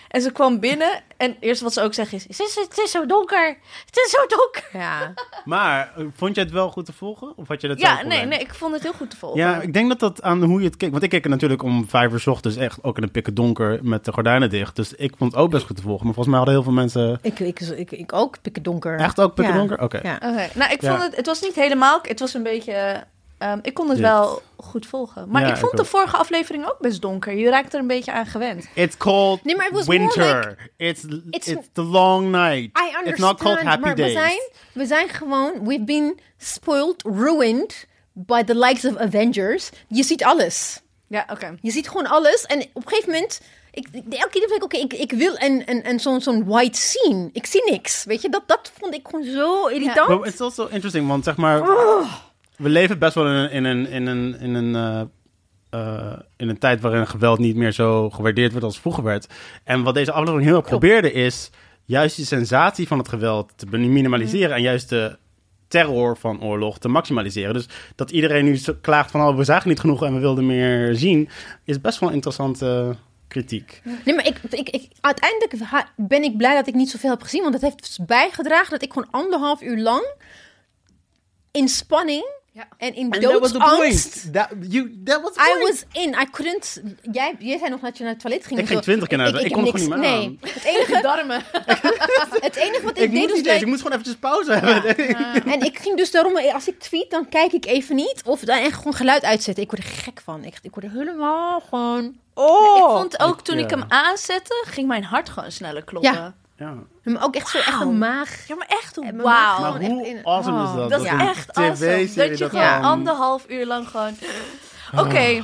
A: En ze kwam binnen en eerst wat ze ook zegt is... Het is, het is zo donker. Het is zo donker.
C: Ja.
B: maar eh, vond je het wel goed te volgen of had je dat zelf
A: Ja, nee,
B: problemen?
A: nee, ik vond het heel goed te volgen.
B: Ja, ik denk dat dat aan hoe je het keek. Want ik keek er natuurlijk om vijf uur 's ochtends echt ook in een pikken donker met de gordijnen dicht. Dus ik vond het ook best goed te volgen. Maar volgens mij hadden heel veel mensen
C: Ik, ik, ik, ik ook, pikken donker.
B: echt ook pikken donker. Oké.
C: Ja.
A: Oké, nou, ik
B: Ja.
A: vond het... Het was niet helemaal... Het was een beetje... ehm, ik kon het
B: Dit.
A: wel goed volgen. Maar
B: Ja,
A: ik vond
B: ik
A: de
B: ook.
A: vorige aflevering ook best donker. Je raakt er een beetje aan gewend.
B: It's cold
C: Nee, maar het was
B: winter.
C: more
B: it's, it's,
C: It's-
B: the long night.
C: I understand,
B: it's not called happy
C: maar
B: days.
C: We zijn, we zijn gewoon... We've been spoiled, ruined by the likes of Avengers. Je ziet alles.
A: Ja, oké.
C: Je ziet gewoon alles. En op een gegeven moment... Ik, ik- elke keer denk ik, oké, ik, ik wil een, een, een, zo'n zo'n white scene. Ik zie niks. Weet je, dat, dat vond ik gewoon zo irritant.
B: But it's also interesting, want zeg maar... We leven best wel in een, in een, in een, in een, eh, eh, in een tijd waarin geweld niet meer zo gewaardeerd wordt als vroeger werd. En wat deze aflevering heel erg probeerde is... juist die sensatie van het geweld te ben- minimaliseren...
C: Mhm.
B: en juist de terror van oorlog te maximaliseren. Dus dat iedereen nu zo klaagt van... Oh, we zagen niet genoeg en we wilden meer zien... is best wel een interessante kritiek.
C: Nee, maar ik, ik, ik, uiteindelijk ha- ben ik blij dat ik niet zoveel heb gezien. Want dat heeft dus bijgedragen dat ik gewoon anderhalf uur lang... in spanning
A: Ja.
C: en in doodsangst...
B: That, you, that was
C: I was in. I couldn't. Jij, jij zei nog dat je naar het toilet ging.
B: Ik ging
C: Zo,
B: 20 keer naar het toilet. Ik
C: heb
B: kon
C: niks-
B: gewoon niet
C: Nee. Het enige,
A: Darmen.
C: het enige wat ik,
B: Ik moet
C: deed dus was...
B: niet
C: dat
B: deze,
C: ik-
B: ik moest gewoon eventjes pauze hebben.
C: En ik ging dus daarom... Als ik tweet, dan kijk ik even niet. Of dan echt gewoon geluid uitzetten. Ik word er gek van. Echt, ik word er helemaal gewoon... Oh!
A: Ik vond ook toen
B: ja.
A: ik hem aanzette, ging mijn hart gewoon sneller kloppen.
C: Ja.
A: Ja,
B: Ja.
C: Maar ook echt zo echt
A: Wauw.
C: een maag.
A: maar echt,
C: mijn
A: wauw.
C: maag
B: Maar
C: Gewoon
B: hoe
C: echt in-
B: awesome
C: oh.
B: is dat?
A: dat is
B: een
A: echt awesome.
B: TV-serie Ah.
A: Dat je gewoon
C: Ja.
A: anderhalf uur lang gewoon... Oké,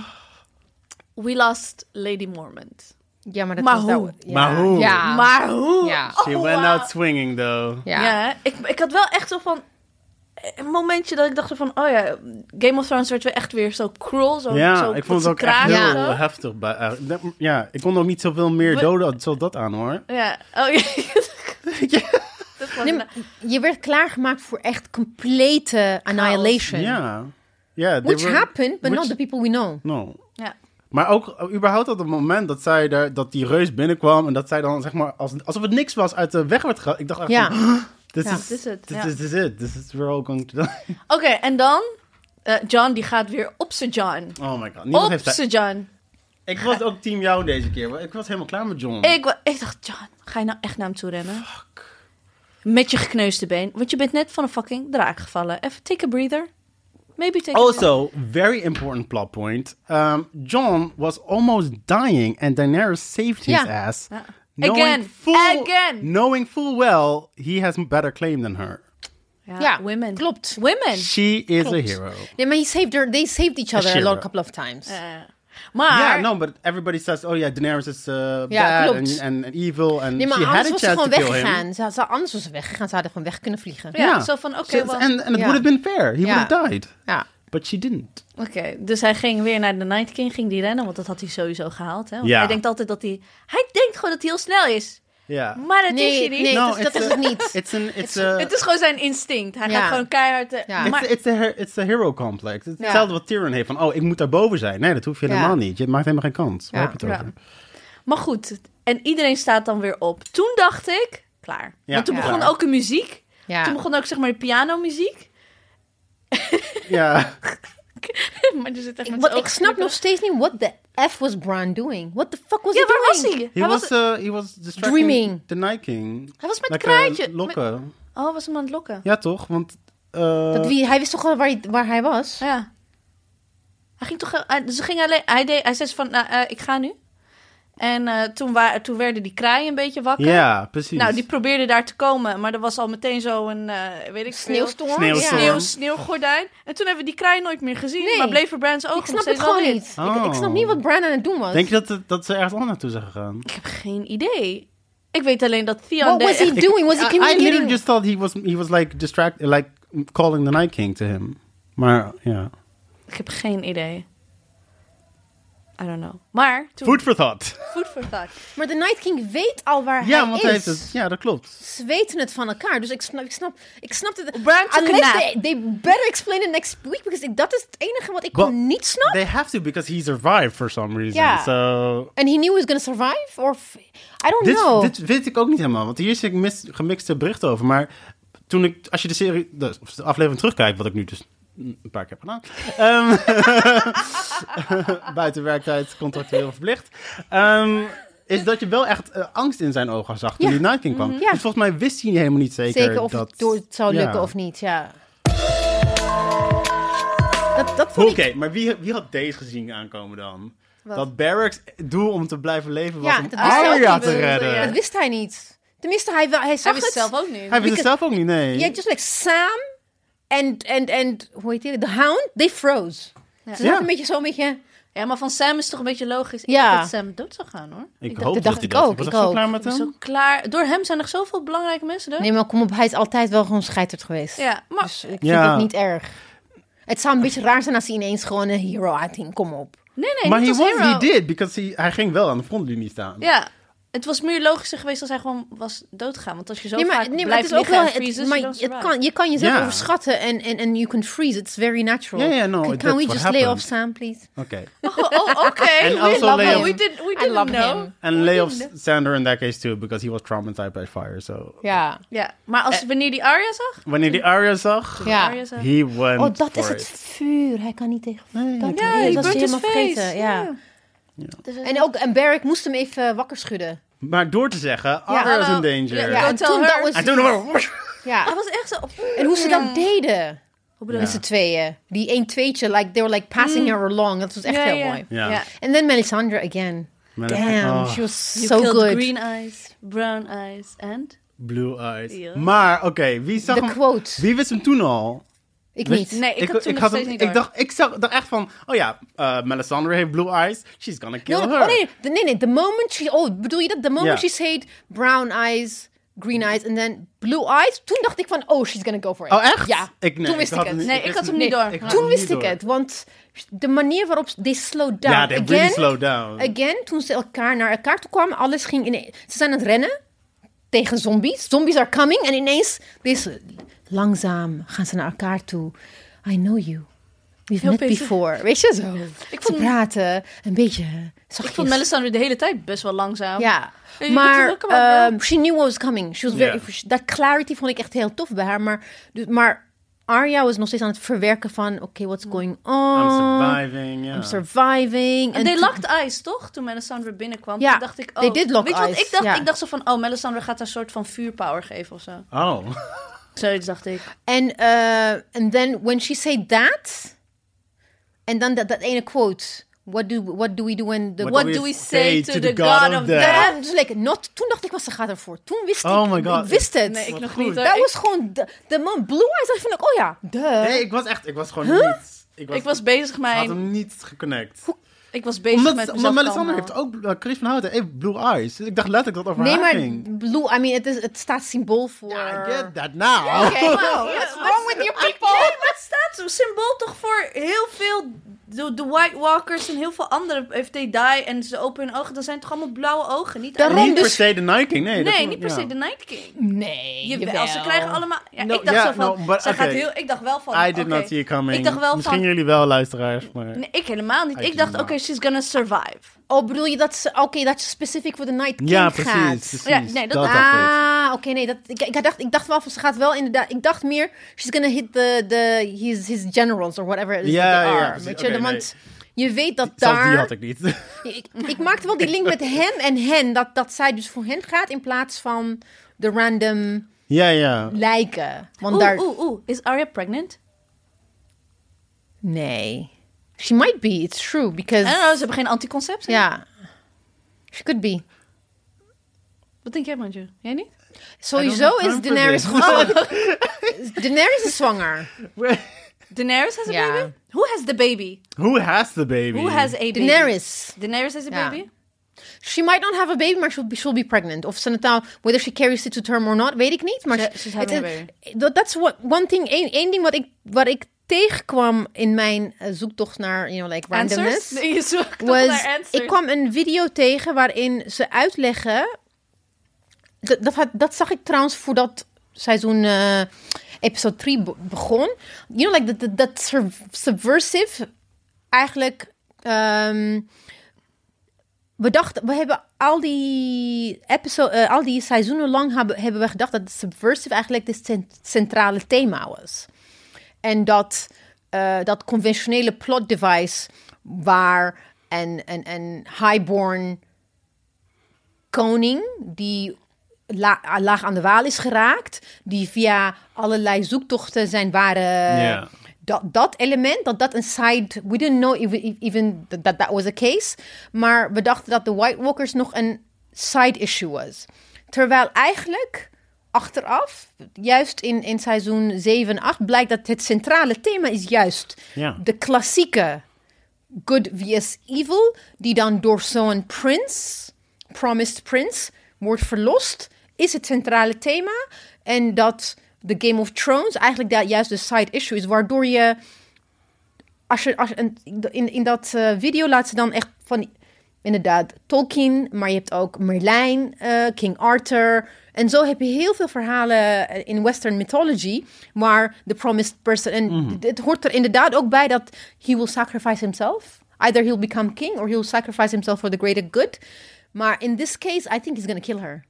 A: we lost Lady Mormont.
C: Ja, maar dat
A: Maar
C: was
A: hoe?
C: dat- ja.
B: Maar hoe?
C: Ja.
A: Maar hoe?
C: Ja.
B: She
A: Oh,
B: went
A: wauw.
B: out swinging, though.
C: Ja.
A: Ja, ik, ik had wel echt zo van... Een momentje dat ik dacht van... Oh ja, Game of Thrones werd weer echt weer zo cruel. Zo,
B: Ja,
A: zo
B: ik
A: dat
B: vond
A: ze
B: het ook echt
A: kraken
B: heel
A: en
C: Ja.
A: zo.
B: heftig. Bij, eh, dat- ja, ik kon nog niet zoveel meer
A: We-
B: doden tot dat aan, hoor.
A: Ja, oh ja. Dat was-
C: Nee, maar je werd klaargemaakt voor echt complete annihilation.
B: Ja. ja they
C: Which
B: were-
C: happened, but
B: which-
C: not the people we know.
B: No.
A: ja.
B: Maar ook eh, überhaupt op het moment dat, zij daar, dat die reus binnenkwam... en dat zij dan, zeg maar, als, alsof het niks was uit de weg werd gehaald. Ik dacht echt
C: Ja.
B: van, this,
C: Ja.
B: is,
A: Dit is het,
B: This,
A: ja.
B: is- this is it. This is we're all going to die.
A: Oké, en dan... eh, John, die gaat weer op zijn John.
B: Oh my god. Niemand
A: Op
B: heeft tijd.
A: zijn John.
B: Ik was ook team jou deze keer. maar Ik was helemaal klaar met John.
A: Ik, wa- ik dacht, John, ga je nou echt naar hem toe rennen? Met je gekneusde been. Want je bent net van een fucking draak gevallen. Even take a breather. Maybe take a breather.
B: Also, very important plot point. Um, John was almost dying, and Daenerys saved his
C: Ja.
B: ass.
A: Ja.
B: knowing
A: Again.
B: full-
A: Again.
B: Knowing full well he has a better claim than her.
A: Ja,
C: Ja,
A: women.
C: klopt.
A: Women.
B: She is a
C: Klopt.
B: hero.
C: Nee, maar he saved her, they saved each other a
B: Shira.
C: lot, couple of times.
A: Eh, Maar,
B: Yeah, no, but everybody says, oh yeah, Daenerys is uh,
C: Ja,
B: bad
C: klopt.
B: and, and, and evil. And
C: Nee, maar
B: she had
C: anders
B: a
C: was ze
B: chance to
C: gewoon
B: kill him.
C: weggegaan. Ze, ze, anders was ze weggegaan. Ze hadden gewoon weg kunnen vliegen.
A: Ja, zo van, oké,
B: So-
A: wel-
B: And, and it
C: Ja.
B: would have been fair. He
C: Ja.
B: would have died.
C: Ja.
B: But she didn't.
A: oké, dus hij ging weer naar de Night King, ging die rennen, want dat had hij sowieso gehaald. Hè? Want
B: Ja.
A: Hij denkt altijd dat hij, hij denkt gewoon dat hij heel snel is,
B: Yeah.
A: maar dat is
C: Nee,
A: hij niet.
C: nee
B: No,
C: dat, is- dat
B: Nou, it's
C: is
B: a-
C: het niet.
B: It's an, it's a,
A: Het is gewoon zijn instinct. Hij
C: Ja.
A: gaat gewoon keihard. eh,
C: Ja.
B: It's,
A: Maar,
B: it's, a, her- it's a hero complex. Het is
C: Ja.
B: hetzelfde wat Tyrion heeft. Van, oh, ik moet daar boven zijn. Nee, dat hoef je
C: Ja.
B: helemaal niet. Je maakt helemaal geen kans. Waar
C: Ja.
B: heb je het over?
A: maar goed, en iedereen staat dan weer op. Toen dacht ik, klaar.
B: Ja,
A: Want toen
B: ja.
A: begon
B: klaar.
A: ook de muziek.
C: Ja.
A: Toen begon ook zeg maar de pianomuziek.
B: Ja.
A: maar er zit echt
C: Want ik snap nog steeds niet, what the F was Bran doing? What the fuck was
A: Ja,
C: he
A: waar was
C: doing?
A: hij?
B: He
A: hij
B: was, uh, he was distracting
C: Dreaming.
B: the Night King.
A: Hij was met
B: Lekker
A: kraaitje.
B: Lokken.
A: Oh, was hem aan het lokken.
B: Ja, toch? Want... eh,
C: Dat wie, hij wist toch wel waar hij, waar hij was?
A: Ja. Hij ging toch. eh, hij- Ze ging alleen. Hij, deed, hij zei van, nou, eh, ik ga nu. En eh, toen, wa- toen werden die kraaien een beetje wakker.
B: Ja, precies.
A: Nou, die probeerden daar te komen, maar er was al meteen zo'n, eh weet ik veel,
C: Sneeuwstorm?
B: Sneeuwstorm.
C: Ja.
A: sneeuw, sneeuwgordijn. En toen hebben we die kraai nooit meer gezien,
C: Nee.
A: maar bleven Brands ogen
C: Ik snap
A: nog
C: het
A: steeds
C: gewoon
A: wel wit.
C: niet.
B: Oh.
C: Ik, ik snap niet wat Bran aan het doen was.
B: Denk je dat, het- dat ze ergens anders naartoe zijn gegaan?
A: Ik heb geen idee. Ik weet alleen dat Theon...
C: What
A: de-
C: was he
A: echt-
C: doing? Was he
B: I, I literally
C: communicating?
B: just thought he was, he was like, distract, like calling the Night King to him. Maar, ja.
A: Ik heb geen idee. I don't know. Maar, toen...
B: Food for thought.
A: food for thought.
C: Maar de Night King weet al waar
B: Ja,
C: hij
B: want
C: is.
B: hij heeft het. Ja, dat klopt.
C: Ze weten het van elkaar, dus ik snap, ik snap, ik snap het.
A: Bran te
C: Unless
A: knaap.
C: they, they better explain it next week, because ik, dat is het enige wat ik
B: Wel-
C: gewoon niet snap.
B: They have to because he survived for some reason.
C: Ja.
B: So
C: And he knew he was gonna survive? Or f- I don't
B: Dit,
C: know.
B: dit weet ik ook niet helemaal, want hier is ik mis, gemixte berichten over. Maar toen ik, als je de serie, de, of de aflevering terugkijkt, wat ik nu dus een paar keer heb gedaan. ehm, buiten werktijd, contractueel verplicht. ehm, is dat je wel echt eh, angst in zijn ogen zag toen
C: Ja. Mhm.
B: die Night King kwam.
C: Ja.
B: Dus volgens mij wist hij helemaal niet zeker,
C: Zeker of
B: dat...
C: het, door, het zou
B: Ja.
C: lukken of niet, ja. Dat, dat
B: Oké,
C: vond ik...
B: maar wie, wie had deze gezien aankomen dan?
A: Wat?
B: Dat Barracks doel om te blijven leven was
C: Ja,
B: om
C: dat wist hij ook
B: Arya
C: niet.
B: Oh, te redden.
A: Ja.
C: Dat wist hij niet. Tenminste, hij, wel- hij
A: Hij
C: zag
A: wist
C: het.
A: het zelf ook niet.
B: Hij wist
C: Because-
B: het zelf ook niet, nee.
C: Yeah, just like Sam and and and hoe heet die? The Hound, they froze. Ze zaten
B: Ja.
C: een beetje zo een beetje.
A: Ja, maar van Sam is toch een beetje logisch. Ik
C: Ja.
A: dacht dat Sam dood zou gaan, hoor.
B: Ik
A: dacht-
B: hoop dat,
C: dat dacht
B: hij
C: ik
B: dat.
C: ook,
B: Ik was
C: ik
B: echt zo
C: ook.
B: klaar met
A: Ik ben
B: hem.
A: zo klaar. Door hem zijn er zoveel belangrijke mensen dood.
C: Nee, maar kom op, hij is altijd wel gewoon scheiterd geweest.
A: Ja, maar
C: Dus ik
B: Ja.
C: vind het niet erg. Het zou een beetje raar zijn als hij ineens gewoon een hero uitging. Kom op.
A: nee, nee,
B: Maar
A: niet
B: he,
A: als
B: was,
A: hero.
B: he did, because he, hij ging wel aan de frontlinie staan.
A: Ja, het was meer logischer geweest als hij gewoon was doodgegaan. Want als je zo
C: nee, maar,
A: vaak
C: nee, maar het
A: blijft
C: is ook
A: liggen
C: wel.
A: en freezes,
C: Het,
A: you
C: maar
A: don't
C: het
A: survive.
C: kan, je kan jezelf
B: Ja.
C: overschatten en en en you can freeze. It's very natural.
B: Ja, ja, no,
C: Can,
B: that's
C: can we
B: what
C: just lay
B: happened.
C: off Sam, please?
B: Oké.
A: Oh, oh, okay.
B: And
A: we
B: also
A: love
B: Leo-
A: him. We did. We
C: I
A: didn't
C: love
A: know.
C: him.
B: En lay off Sander in that case too, because he was traumatized by fire. So
C: Ja.
A: Ja, maar als wanneer die Arya zag?
B: wanneer die Arya zag,
C: Ja.
A: Arya zag.
B: he went
C: Oh, dat is
B: for
C: het
B: it.
C: vuur. Hij kan niet tegen.
B: Nee.
C: dat,
A: Ja,
C: nee,
A: die
C: dat is
A: burnt his
C: helemaal
A: face.
C: vergeten.
A: Ja.
C: ja.
A: Dus hij-
C: En ook en Barrick moest hem even wakker schudden.
B: Maar door te zeggen, Arya is
A: hallo.
B: in danger.
A: Ja,
C: Ja, en
A: tell
C: toen
A: her. Ah.
C: dat
B: En
C: was,
B: toen was
A: Hij
C: ja.
A: was echt zo... op-
C: En hoe ze dat deden.
A: Hoe bedoel
B: Ja.
A: je?
C: Met z'n tweeën. Die één tweetje, like, they were like passing her along. Dat was echt
A: Mm. Ja,
C: heel
A: ja.
C: mooi.
B: Ja.
A: Ja.
C: En then Melisandre again. Damn,
B: Oh,
C: she was
A: You
C: so
A: killed
C: good.
A: green eyes, brown eyes and...
B: blue eyes.
A: Ja.
B: Maar oké, wie zag
C: De
B: hem?
C: quote.
B: Wie wist hem toen al?
C: Ik
B: Weet-
C: niet.
A: Nee, ik had toen nog
B: had
A: steeds
B: hem-
A: niet
B: ik
A: door.
B: dacht, ik zag dacht echt van, oh ja, eh Melisandre heeft blue eyes, she's gonna kill
C: No,
B: her.
C: oh, nee, nee, nee, nee. The moment she... Oh, bedoel je dat? The moment
B: Ja.
C: she said brown eyes, green eyes, and then blue eyes. Toen dacht ik van, oh, she's gonna go for it.
B: Oh, echt?
C: Ja.
B: Ik- nee,
C: toen wist
B: ik
C: ik,
B: had
C: het.
B: niet-
A: Nee, ik,
B: wist
A: had hem
B: het
A: niet door.
B: Ik had
C: Toen
B: niet
C: wist ik
B: door.
C: het. Want de manier waarop... ze- They slowed down.
B: Ja, they
C: again,
B: really slow down.
C: Again, toen ze elkaar naar elkaar toe kwamen, alles ging ineens. Ze zijn aan het rennen tegen zombies. Zombies are coming. En ineens, deze, langzaam gaan ze naar elkaar toe. I know you. We've
A: Heel
C: met
A: pittig.
C: before. Weet je zo? Ik
A: vond-
C: Ze praten, een beetje
A: Ik
C: zachtjes.
A: vond Melisandre de hele tijd best wel langzaam.
C: Ja,
A: Je moet het
C: maar
A: lukken, maar
C: ehm, she knew what was coming. She was very, Dat clarity vond ik echt heel tof bij haar. Maar, dus, maar Arya was nog steeds aan het verwerken van... Oké, what's
A: Hmm.
C: going on?
B: I'm surviving, ja.
C: I'm surviving.
A: En they
C: toen-
A: locked eyes, toch? Toen Melisandre binnenkwam,
C: Ja,
A: toen dacht ik... Oh,
C: they did lock
A: weet je wat
C: eyes,
A: ik dacht?
C: ja.
A: Ik dacht zo van, oh, Melisandre gaat haar een soort van vuurpower geven of zo.
B: Oh.
A: Zoiets dacht ik.
C: En uh, and then when she said that, en dan dat, dat ene quote. What do, what do we do when the...
B: What
A: What do we say to the god of
B: death?
A: death?
C: Ja, dus like, not, toen dacht ik, wat ze gaat ervoor. Toen wist
B: Oh
C: ik,
B: my God.
C: ik wist het.
A: Nee, ik
B: Wat
A: nog
B: goed.
A: niet. hoor.
C: dat
A: Ik-
C: was gewoon, de, de man blue eyes, dat vond ik, oh ja, duh.
B: Nee, ik was echt, ik was gewoon niet. Ik was,
A: Ik was bezig
B: had
A: mijn...
B: hem niet geconnect.
A: Ik was bezig
B: Omdat,
A: met nou? mezelf
B: omdat Melisandre
A: kalmen
B: heeft ook eh, Chris van Houten heeft blue eyes. Dus ik dacht letterlijk dat het over
C: Nee,
B: haar
C: maar
B: ging.
C: blue, I mean, het, is, het staat symbool voor...
B: I get that now.
C: wow, what's wrong with you people?
A: Nee, maar het staat zo'n symbool toch voor heel veel. De, de White Walkers en heel veel andere. If they die en ze openen hun ogen, dan zijn het toch allemaal blauwe ogen, niet?
C: Daarom-
A: alleen-
B: niet per
C: dus-
B: se de Night King, nee. dat
A: Nee,
B: vond
A: niet
B: ik-
A: per se
B: ja.
A: de Night King.
C: Nee,
A: Jawel,
C: jawel.
A: ze krijgen allemaal... Ja,
B: No,
A: ik dacht
B: ja,
A: zo van,
B: no, but-
A: ze gaat
B: oké.
A: heel... Ik dacht wel van...
B: I did
A: oké.
B: not see it coming.
A: Ik dacht wel
B: Misschien
A: van...
B: jullie wel, luisteraars. Maar...
A: Nee, ik helemaal niet.
B: I
A: ik
B: did
A: dacht,
B: not.
A: oké, she's gonna survive.
C: Oh, bedoel je dat ze... Oké, dat ze specifiek voor de Night King
B: ja,
C: gaat.
B: precies. precies.
A: Ja, nee, dat-
B: dacht ik.
C: Ah, oké, nee. Dat, ik, ik, dacht, ik dacht wel van, ze gaat wel inderdaad... Ik dacht meer, she's gonna hit the, the, his, his generals or whatever it is
B: Ja,
C: that they
B: ja,
C: are.
B: precies.
C: weet je,
B: Oké,
C: want je weet dat
B: Zelfs
C: daar...
B: die had ik niet.
C: Ik, ik maakte wel die link met hem en hen. Dat, dat zij dus voor hen gaat in plaats van de random
B: ja, ja.
C: lijken. Want
A: Oeh,
C: daar...
A: oeh, oeh. Is Arya pregnant?
C: Nee. She might be, it's true. Because...
A: I don't know, ze hebben geen anticonceptie.
C: Ja. She could be.
A: Wat denk jij, Manju? Jij niet?
C: Sowieso
B: I don't have
C: is
B: time for
C: Daenerys...
B: this.
C: Oh, Daenerys is zwanger.
A: Daenerys has a
C: Ja.
A: baby? Who has the baby?
B: Who has the baby?
A: Who has a baby?
C: Daenerys.
A: Daenerys has a
C: Ja.
A: baby?
C: She might not have a baby, maar she'll be, she'll be pregnant. Of ze het nou, whether she carries it to term or not, weet ik niet. Maar
A: Ze-
C: ze-
A: she's having
C: het-
A: a baby.
C: Dat that's what, one thing, één één ding wat ik, wat ik tegenkwam in mijn eh, zoektocht naar, you know, like randomness.
A: Answers? Nee, je zoekt toch
C: was,
A: naar answers.
C: ik kwam een video tegen waarin ze uitleggen. Dat, dat, had- dat zag ik trouwens voordat seizoen eh episode 3 be- begon. You know, like dat- dat- dat sub- subversive eigenlijk. ehm, we dachten, we hebben al die episode, eh, al die seizoenen lang hebben, hebben we gedacht dat subversive eigenlijk het cent- centrale thema was. En dat, eh, dat conventionele plot device waar een, een, een highborn koning die la- laag aan de waal is geraakt, die via allerlei zoektochten zijn ware.
B: Ja.
C: Dat, dat element, dat dat een side... We didn't know even, even that that was a case. Maar we dachten dat de White Walkers nog een side issue was. Terwijl eigenlijk achteraf, juist in, in seizoen 7 en 8... blijkt dat het centrale thema is juist
B: Ja.
C: de klassieke good vs evil... die dan door zo'n prince, promised prince, wordt verlost... is het centrale thema. En dat de Game of Thrones eigenlijk daar juist de side issue is... waardoor je als je, als je een- in, in dat eh, video laat ze dan echt van die- inderdaad Tolkien, maar je hebt ook Merlijn, eh, King Arthur. En zo heb je heel veel verhalen eh, in Western mythology, maar The Promised Person. En d- het hoort er inderdaad ook bij dat he will sacrifice himself. Either he'll become king or he'll sacrifice himself for the greater good. Maar in this case, I think he's gonna kill her.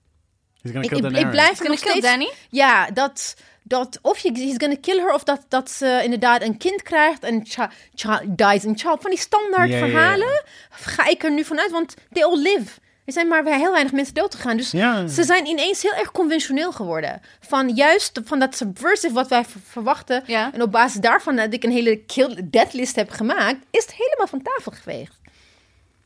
B: He's gonna
C: Ik,
B: kill
C: ik, ik
B: Daenerys.
C: blijf
A: He's
C: nog
A: gonna kill
C: steeds...
A: Danny?
C: Ja, dat, dat of je, he's gonna kill her... of dat, dat ze inderdaad een kind krijgt en chi- chi- dies in child. Van die standaard
B: Ja, ja, ja.
C: verhalen ga ik er nu vanuit, want they all live. Er zijn maar heel weinig mensen dood gegaan. Dus
B: Ja.
C: ze zijn ineens heel erg conventioneel geworden. Van juist van dat subversive wat wij ver- verwachten...
A: Ja.
C: en op basis daarvan dat ik een hele kill death list heb gemaakt... is het helemaal van tafel geveegd.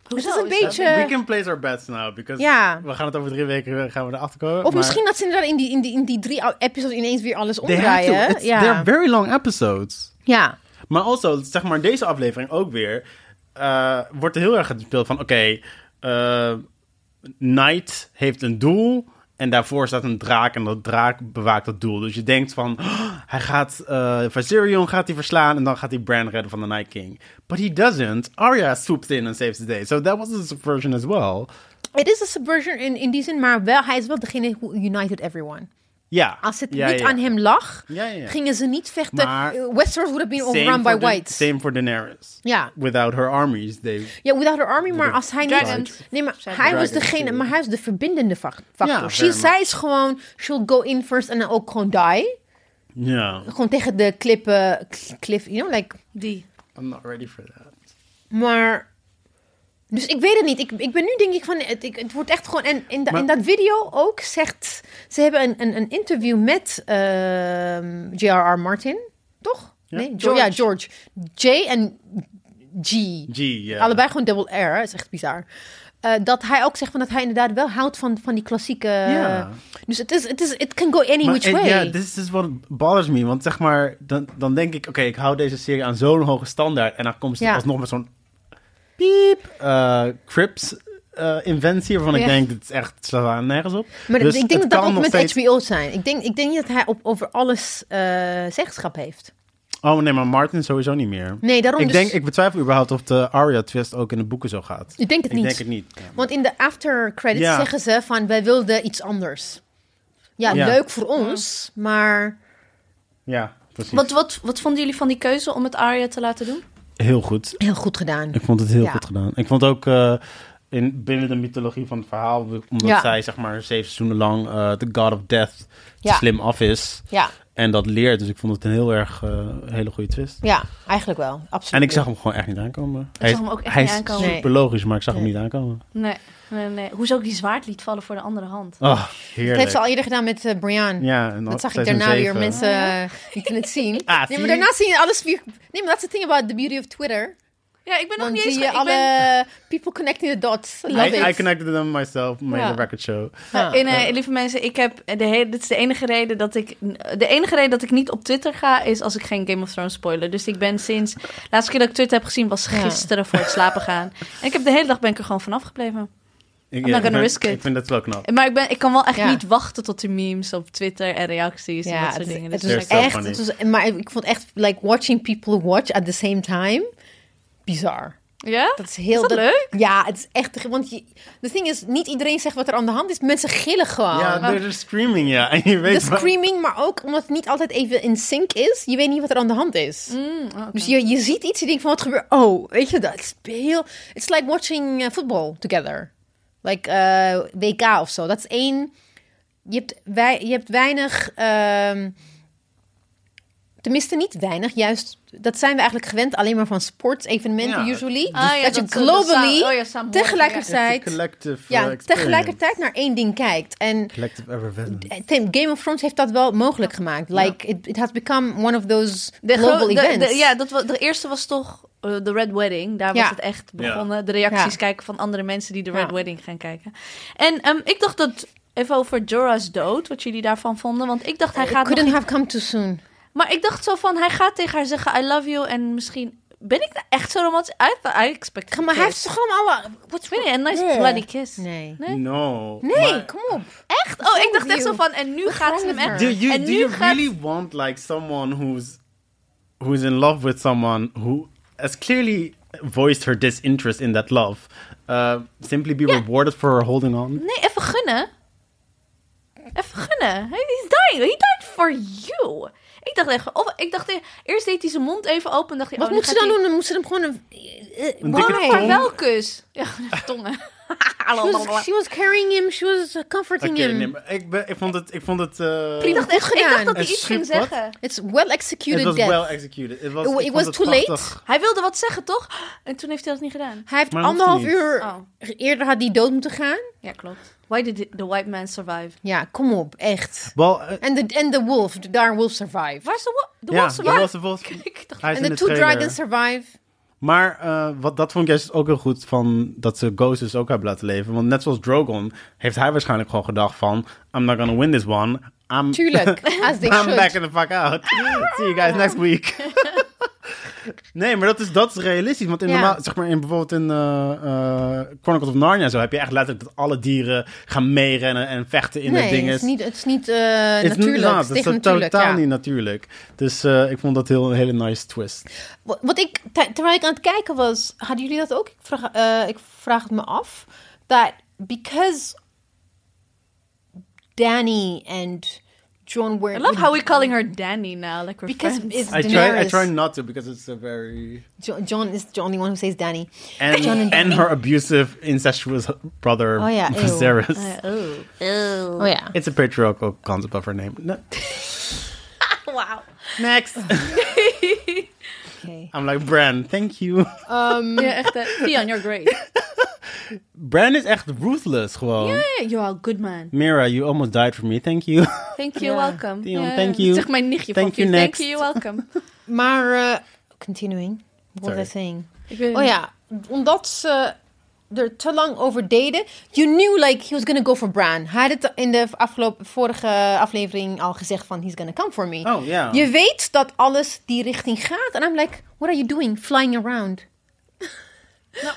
A: Hoezo
C: het is een
A: dat?
C: beetje-
B: We can place our bets now, because
C: Ja.
B: we gaan het over drie weken eh, gaan we erachter komen.
C: Of
B: maar-
C: misschien dat ze inderdaad in die, in, die, in die drie episodes ineens weer alles
B: They have to.
C: omdraaien.
B: It's-
C: ja.
B: They're very long episodes.
C: ja.
B: Maar also, zeg maar, deze aflevering ook weer... eh, wordt er heel erg gespeeld van... Oké, eh, Knight heeft een doel... En daarvoor staat een draak en dat draak bewaakt dat doel. Dus je denkt van, "Oh, hij gaat, eh Viserion gaat hij verslaan en dan gaat hij Bran redden van de Night King. But he doesn't. Arya swoops in and saves the day. So that was a subversion as well.
C: Het is een subversion in, in die zin, maar wel, hij is wel degene who united everyone.
B: Ja.
C: Als het
B: Ja,
C: niet
B: ja.
C: aan hem lag,
B: Ja, ja, ja.
C: gingen ze niet vechten.
B: Maar-
C: Eh, Westeros would have been
B: Same
C: overrun by
B: for Da-
C: whites.
B: Same for Daenerys.
C: Ja.
B: Without her armies, they
C: Ja, without her army, maar als hij
A: Dragons.
C: niet... Nee, maar
A: Zijn
C: hij was
B: dragons,
C: degene,
B: ja.
C: maar hij is de verbindende fac- factor.
B: Ja,
C: She,
B: fair
C: zij is gewoon, she'll go in first en dan ook gewoon die.
B: Ja.
C: Gewoon tegen de klippen, cliff, you know, like...
A: Die.
B: I'm not ready for that.
C: Maar... Dus ik weet het niet. Ik, ik ben nu denk ik van... Het, ik, het wordt echt gewoon... En in, da-
B: Maar-
C: in dat video ook zegt... Ze hebben een, een, een interview met ehm, J.R.R. Martin. Toch? Nee? Jo-
A: George.
C: Ja, George. J en G.
B: G, ja.
C: Allebei gewoon double R. hè. Dat is echt bizar. Eh, dat hij ook zegt van dat hij inderdaad wel houdt van, van die klassieke...
B: Ja.
C: Dus het is, het is, it can go any
B: Maar-
C: which
B: en
C: way.
B: Ja, this is what bothers me. Want zeg maar, dan, dan denk ik, oké, ik hou deze serie aan zo'n hoge standaard. En dan komt ze
C: Ja.
B: alsnog met zo'n piep, eh, Crips eh, inventie, waarvan ik
C: Ja.
B: denk, dit is echt, het slaat nergens op.
C: Maar
B: Dus
C: ik denk
B: het
C: dat dat
B: kan
C: ook
B: nog
C: met
B: steeds-
C: HBO zijn. Ik denk, ik denk niet dat hij op, over alles eh, zeggenschap heeft.
B: Oh nee, maar Martin sowieso niet meer.
C: Nee, daarom
B: ik,
C: dus...
B: denk, ik betwijfel überhaupt of de Arya-twist ook in de boeken zo gaat.
C: Ik denk het
B: Ik
C: niet.
B: denk het niet. Ja.
C: Want in de after credits
B: Ja.
C: zeggen ze van wij wilden iets anders. Ja,
B: Ja.
C: leuk voor ons, maar
B: Ja, precies.
A: Wat, wat, wat vonden jullie van die keuze om het Arya te laten doen?
B: Heel goed.
C: heel goed gedaan.
B: Ik vond het heel
C: Ja.
B: goed gedaan. Ik vond ook eh, in, binnen de mythologie van het verhaal, omdat
C: Ja.
B: zij zeg maar zeven seizoenen lang eh, de God of Death
C: Ja.
B: slim af is.
C: Ja,
B: En dat leert, dus ik vond het een heel erg eh, hele goede twist.
C: ja, eigenlijk wel. Absoluut.
B: En ik zag hem gewoon echt niet aankomen. Ik hij
A: zag hem ook echt
B: hij
A: niet
B: is
A: aankomen.
B: super logisch, maar ik zag
C: Nee.
B: hem niet aankomen.
A: Nee, nee, nee. Hoe ze ook die zwaard liet vallen voor de andere hand.
B: Oh,
C: Dat heeft
B: heerlijk.
C: ze al eerder gedaan met eh, Brian.
B: Ja, en al-
C: Dat zag ik
B: seizoen
C: daarna weer
B: zeven.
C: mensen eh, die kunnen het zien.
B: Ah,
C: nee,
B: zie je?
C: maar daarna zie je alles weer. Nee, maar dat is het ding about the beauty of Twitter.
A: Ja, ik ben nog
C: Dan
A: niet eens...
C: zie je
A: ge- ik
C: alle
A: ben-
C: people connecting the dots. I
B: I,
C: Love it.
B: I connected them myself, made
A: Ja.
B: a record show.
C: Ja.
A: En, eh, lieve mensen, ik heb de hele, dit is de enige reden dat ik de enige reden dat ik niet op Twitter ga is als ik geen Game of Thrones spoiler. Dus ik ben sinds de laatste keer dat ik Twitter heb gezien was
C: Ja.
A: gisteren voor het slapen gaan. En ik heb de hele dag ben ik er gewoon vanaf gebleven.
B: Ik,
A: not
B: ik
A: gonna
B: ben-
A: risk it.
B: Ik vind dat wel knap.
A: Maar ik, ben, ik kan wel echt
C: Ja.
A: niet wachten tot de memes op Twitter en reacties en dat
C: Ja,
A: soort
C: het,
A: dingen.
C: het
A: Dus
B: They're
C: was
A: ik-
B: so
C: echt.
B: funny.
C: Het was, maar ik vond echt, like, watching people watch at the same time, bizar.
A: ja?
C: Dat is heel
A: Is dat leuk?
C: Ja, het is echt. Want je, the thing is, niet iedereen zegt wat er aan de hand is. Mensen gillen gewoon.
B: Ja, they're just screaming, ja. En je
C: de
B: weet wel-
C: screaming, maar ook omdat het niet altijd even in sync is. Je weet niet wat er aan de hand is.
A: Mm.
C: Dus je, je ziet iets, je denkt van wat gebeurt. Oh, weet je, dat is heel. It's like watching eh, football together. Like eh, WK of zo. Dat is één. Je hebt, wij, je hebt weinig. ehm, Tenminste, niet weinig. Juist, dat zijn we eigenlijk gewend alleen maar van sportsevenementen,
B: Ja.
C: usually.
A: Ah, ja,
C: dat,
A: dat-
C: je
A: dat samen-
C: globally
A: oh ja, samen horen,
B: It's
C: tegelijkertijd,
B: a collective eh,
C: ja,
B: experience.
C: tegelijkertijd naar één ding kijkt. En eh,
B: Collective Evervenom.
C: Tim, Game of Thrones heeft dat wel mogelijk gemaakt. Like, it, it has become one of those
A: De gro-
C: global
A: de- de-
C: events.
A: ja, dat, wa- de eerste was toch eh, de Red Wedding. Daar
C: Ja.
A: was het echt begonnen. De reacties
C: Ja.
A: kijken van andere mensen die de Red
C: Ja.
A: Wedding gaan kijken. En ehm, ik dacht dat... Even over Jorah's dood, wat jullie daarvan vonden. Want ik dacht, hij gaat... nog
C: Couldn't
A: iets-
C: have come too soon.
A: Maar ik dacht zo van, hij gaat tegen haar zeggen... I love you en misschien... Ben ik nou echt zo romantisch? I, I expect
C: Maar hij
A: kiss.
C: heeft toch gewoon alle... What's
A: Ik weet niet, een nice
C: Yeah.
A: bloody kiss.
C: Nee.
B: Mm.
A: Nee?
B: No.
C: Nee,
B: Maar-
C: kom op.
A: Echt? Oh, ik
C: wrong
A: dacht
C: with
A: echt zo
C: you?
A: van... En nu gaat
C: wrong
A: ze hem
C: with her?
A: echt...
B: Do you
A: en
B: do
A: nu
B: you
A: gaat-
B: really want like someone who's who's in love with someone who has clearly voiced her disinterest in that love uh, simply be rewarded for her holding
C: Mm-hmm.
B: on?
A: Nee, even gunnen. Even gunnen. He- He's dying. He died for you. Ik dacht echt... Of, ik dacht, e- eerst deed hij zijn mond even open. en Dacht hij,
C: Wat
A: oh,
C: moet ze
A: gaat
C: dan
A: hij-
C: doen? Dan moet ze hem gewoon... Een, eh, eh,
B: Een dikke
C: why?
A: Maar wel kus. Ja, tongen.
C: She was, she was carrying him. She was uh, comforting
B: Oké,
C: him.
B: nee, maar ik, ben, ik vond het ik vond het eh,
C: Prima
A: ik dacht echt ik dacht dat hij
B: Een
A: iets ging
B: schip, wat?
A: zeggen.
C: It's well
B: it
C: executed
B: was
C: death.
B: well executed. It was
C: It wa-
B: ik
C: it
B: vond
C: was
B: het
C: too late?
B: prachtig.
A: Hij wilde wat zeggen, toch? En toen heeft hij dat niet gedaan.
C: Hij heeft
B: Maar dat hoeft
C: anderhalf
B: niet.
C: uur
A: Oh.
C: eerder had hij dood moeten gaan.
A: Ja, klopt. Why did the- the white man survive?
C: Ja, kom op, echt.
B: Wel, eh,
C: En de en de wolf, daar wolf survive.
A: Waar is de wolf? De
B: ja,
A: wolf
B: de
A: survive?
B: wolf survived.
A: Ik dacht,
B: Hij is
C: En
B: in
C: de two
B: trailer.
C: dragons survive.
B: Maar eh, wat, dat vond ik juist ook heel goed van dat ze Ghost dus ook hebben laten leven. Want net zoals Drogon heeft hij waarschijnlijk gewoon gedacht van... I'm not gonna win this one. I'm,
C: Tuurlijk, as they
B: I'm
C: should.
B: back the fuck out. See you guys next week. nee, maar dat is, dat is realistisch. Want in
C: Ja.
B: normaal, zeg maar in, bijvoorbeeld in eh, eh, Chronicles of Narnia en zo... heb je echt letterlijk dat alle dieren gaan meerennen en vechten in
C: nee,
B: het ding.
C: het is niet, het is niet eh,
B: Het is niet-
C: natuurlijk.
B: ja,
C: het
B: dat
C: is tegen
B: is
C: natuurlijk,
B: totaal
C: ja.
B: niet natuurlijk. Dus eh, ik vond dat heel, een hele nice twist.
C: Wat wat ik, ter- terwijl ik aan het kijken was, hadden jullie dat ook? Ik vraag, eh, ik vraag het me af. Dat because Danny and John were...
A: I love how we're calling her Danny now. Like we're
C: Because
A: friends.
C: it's
B: I try, I
C: Daenerys.
B: try not to because it's a very...
C: Jo- John is the only one who says Danny.
B: and,
C: John
B: and,
C: and
B: her abusive incestuous brother
C: Oh, yeah, ew.
B: Viserys.
A: Uh, oh.
C: Oh ja.
B: It's a patriarchal concept of her name. No.
A: Wow.
B: Next,
C: Okay.
B: I'm like Bran. Thank you.
C: Um,
A: Ja, echt. eh, Theon, you're great.
B: Bran is echt ruthless. Gewoon.
A: Yeah, you're a good man.
B: Mira, you almost died for me. Thank you.
A: Thank you,
C: Ja.
A: welcome.
B: Theon,
A: Ja,
B: thank
A: ja.
B: you.
A: Zeg mijn nichtje
B: Thank
A: van
B: you,
A: Theon. Thank
B: next.
A: you, you're welcome.
C: maar, eh, continuing. What
B: Sorry.
C: was I saying?
A: Ik weet het
C: Oh
A: niet.
C: ja, omdat ze er te lang over deden. You knew like he was gonna go for Bran. Hij had het in de afgelopen vorige aflevering al gezegd van he's gonna come for me.
B: Oh, ja.
C: Je weet dat alles die richting gaat. En I'm like, what are you doing? Flying around.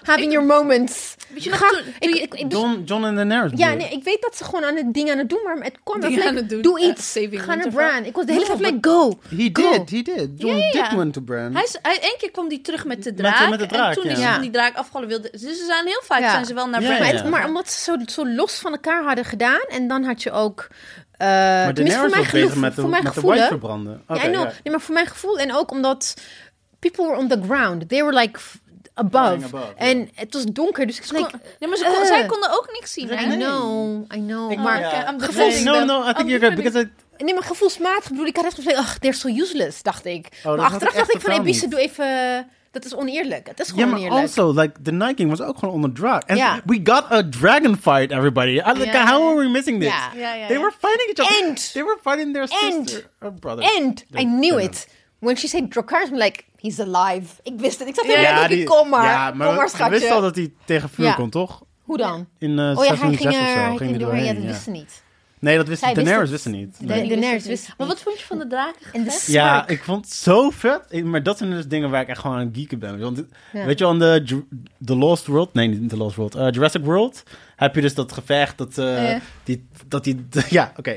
C: Having your moments.
A: Nou, Weet je nog
C: Ga-
A: toen- toen
C: ik-
A: je-
C: ik- ik- dus-
B: John, John and the Narrative.
C: ja, nee, ik weet dat ze gewoon aan het ding aan het doen, maar het kwam
A: Dingen
C: echt,
A: aan
C: like,
A: het doen,
C: doe
A: eh,
C: iets,
A: Saving
C: ga naar
A: Winterfell.
C: Bran. Ik was de hele
A: No,
C: tijd like, go,
B: He
C: go.
B: did, he did. John
A: Ja, ja, ja.
B: did went to Bran.
A: Hij is, hij, één keer kwam die terug met de
B: Met de-
A: draak.
B: met de draak,
A: en toen is
C: ja.
A: van die draak afgevallen wilde. Dus ze zijn heel vaak
C: Ja.
A: zijn ze wel naar
B: Ja,
A: Bran.
C: Maar,
B: ja.
C: het- maar omdat ze zo, zo los van elkaar hadden gedaan. En dan had je ook. eh maar
B: de
C: voor
B: Daenerys
C: mijn
B: was
C: gevoel.
B: bezig
C: Voor
B: met de,
C: mijn
B: met de
C: gevoel.
B: white
C: hè.
B: verbranden. Oké,
C: ja, I know.
B: ja.
C: Nee, maar voor mijn gevoel. En ook omdat. People were on the ground. They were like f- above.
B: Flying above, ja.
C: en het was donker. Dus ik was like.
A: nee, maar ze kon-
C: eh.
A: zij konden ook niks zien.
C: I
A: hè?
C: know, I know.
A: Oh,
C: maar,
A: oké,
B: ja.
A: I'm
B: Nee,
A: defending
B: No,
A: them.
B: no, I
A: I'm
B: think you're good. Because I,
C: nee, maar gevoelsmatig bedoel ik. had echt gezegd, ach, they're so useless, dacht ik.
B: Oh, dat
C: maar
B: had
C: achteraf
B: ik
C: dacht
B: echt
C: ik van,
B: totaal
C: Ebice,
B: niet.
C: doe even... Dat is oneerlijk. Het is
B: ja,
C: gewoon
B: maar
C: oneerlijk.
B: also, like, the Night King was ook gewoon onder draak. And
C: Ja.
B: we got a dragon fight, everybody. I, like,
C: Ja.
B: How are we missing this?
C: Ja.
A: Ja, ja,
B: They
A: ja.
B: were fighting each other.
C: And-
B: They were fighting their
C: and-
B: sister. Or brother.
C: And I knew
B: Ja.
C: it. When she said Dracarys, I'm like, he's alive. Ik wist het. Ik zat
A: Ja,
C: er ja,
B: die-
C: kom maar.
B: ja,
C: kom maar,
B: we- we wisten al
C: schatje.
B: dat hij tegen vuur
C: Ja.
B: kon, toch?
C: Hoe dan?
B: In eh,
C: Oh ja, hij
B: seizoen
C: ging
B: 6 of zo.
C: er hij
B: ging
C: ging
B: hij
C: doorheen. Ja, dat
B: ja.
C: wisten niet.
B: Nee, dat wist
C: Zij wist
B: Daenerys
C: het.
B: wist het niet.
C: De-
B: Nee.
A: Ik
C: de
A: wist
C: nerds
A: het niet.
C: wisten
A: Maar
C: niet.
A: wat vond je van de draak?
C: En de
A: Gevecht?
B: Ja,
C: Smaak.
B: ik vond het zo vet. Ik- Maar dat zijn dus dingen waar ik echt gewoon aan het geeken ben. Want,
C: Ja.
B: Weet je, aan de Ju- The Lost World... Nee, niet The Lost World. eh, Jurassic World heb je dus dat gevecht dat... eh,
A: Ja.
B: Die, dat die... Ja, oké.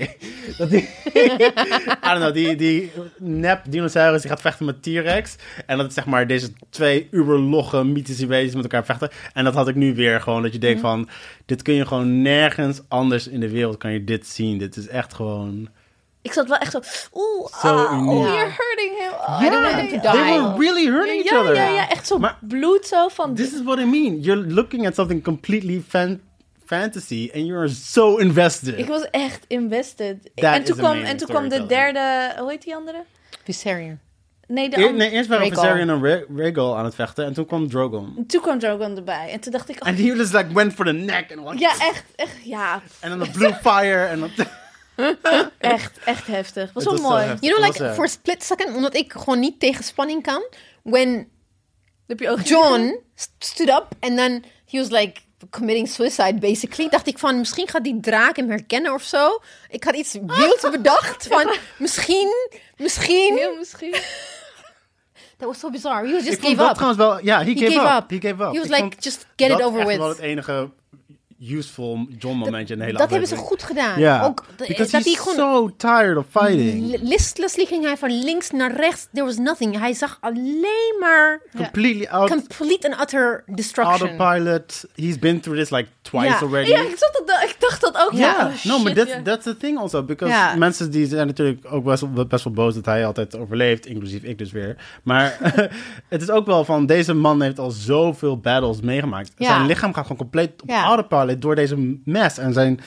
B: Dat die... I don't know, die, die nep dinosaurus die gaat vechten met T-Rex. En dat het, zeg maar deze twee uberlogge mythische wezens met elkaar vechten. En dat had ik nu weer gewoon, dat je
C: Mhm.
B: denkt van... Dit kun je gewoon nergens anders in de wereld kan je dit zien. Dit is echt gewoon...
A: Ik zat wel echt zo... Oeh,
B: Zo
A: ah, oh,
B: uniek.
A: you're hurting him. Oh,
C: I don't want
A: nee.
C: him to
B: They
C: die.
B: were really hurting each
A: Ja,
B: other.
A: ja, ja, echt zo
B: Maar- dus
A: bloed zo van...
B: This is what I mean. You're looking at something completely fan- fantasy and you're so invested.
A: Ik was echt invested.
B: That
A: en toen
B: is
A: kwam,
B: amazing
A: en toen kwam de
B: storytelling.
A: derde... Hoe heet die andere?
C: Viserion.
A: Nee, de
B: Eer-
C: um,
A: andere.
B: nee, eerst waren
C: Rhaegal.
B: Viserion en Rha- Rhaegal aan het vechten en toen kwam Drogon.
A: Toen kwam Drogon erbij. En toen dacht ik... oh,
B: And he just like went for the neck and what?
A: ja, echt, echt, ja,
B: And then the blue fire and the-
A: echt, echt heftig. Was
B: Het
A: wel
B: was zo
A: mooi.
B: heftig.
C: You know,
B: Dat was,
C: like,
B: eh,
C: for a split second, omdat ik gewoon niet tegen spanning kan. When
A: Heb je ook
C: John st- stood up and then he was like committing suicide basically. Dacht ik van misschien gaat die draak hem herkennen of zo. Ik had iets wild bedacht van misschien, misschien.
A: Heel misschien.
C: Dat was zo bizar. He was
B: Ik
C: just
B: vond
C: gave
B: dat
C: up.
B: trouwens wel... Ja, he,
C: He
B: gave,
C: gave
B: up.
C: up.
B: He gave up.
C: He was
B: Ik
C: like,
B: vond
C: just get it
B: dat
C: over
B: echt
C: with.
B: wel het enige useful John momentje in de hele
C: Dat hebben ze
B: aflevering.
C: goed gedaan.
B: Ja.
C: Ook de-
B: Because
C: dat hij
B: he's
C: gewoon
B: so tired of fighting.
C: li- listlessly ging hij van links naar rechts. There was nothing. Hij zag alleen maar
B: Completely out,
C: complete and utter destruction.
B: autopilot. He's been through this like twice
C: Ja.
B: already.
A: Ja, ik, zat dat, ik dacht dat ook.
B: Ja,
A: Ja, oh,
B: no, maar
A: shit,
B: that's,
A: ja.
B: that's the thing also. Because
C: Ja.
B: mensen die zijn natuurlijk ook best wel, best wel boos dat hij altijd overleeft. Inclusief ik dus weer. Maar het is ook wel van, deze man heeft al zoveel battles meegemaakt.
C: Ja.
B: Zijn lichaam gaat gewoon compleet op
C: Ja.
B: autopilot door deze mes. En zijn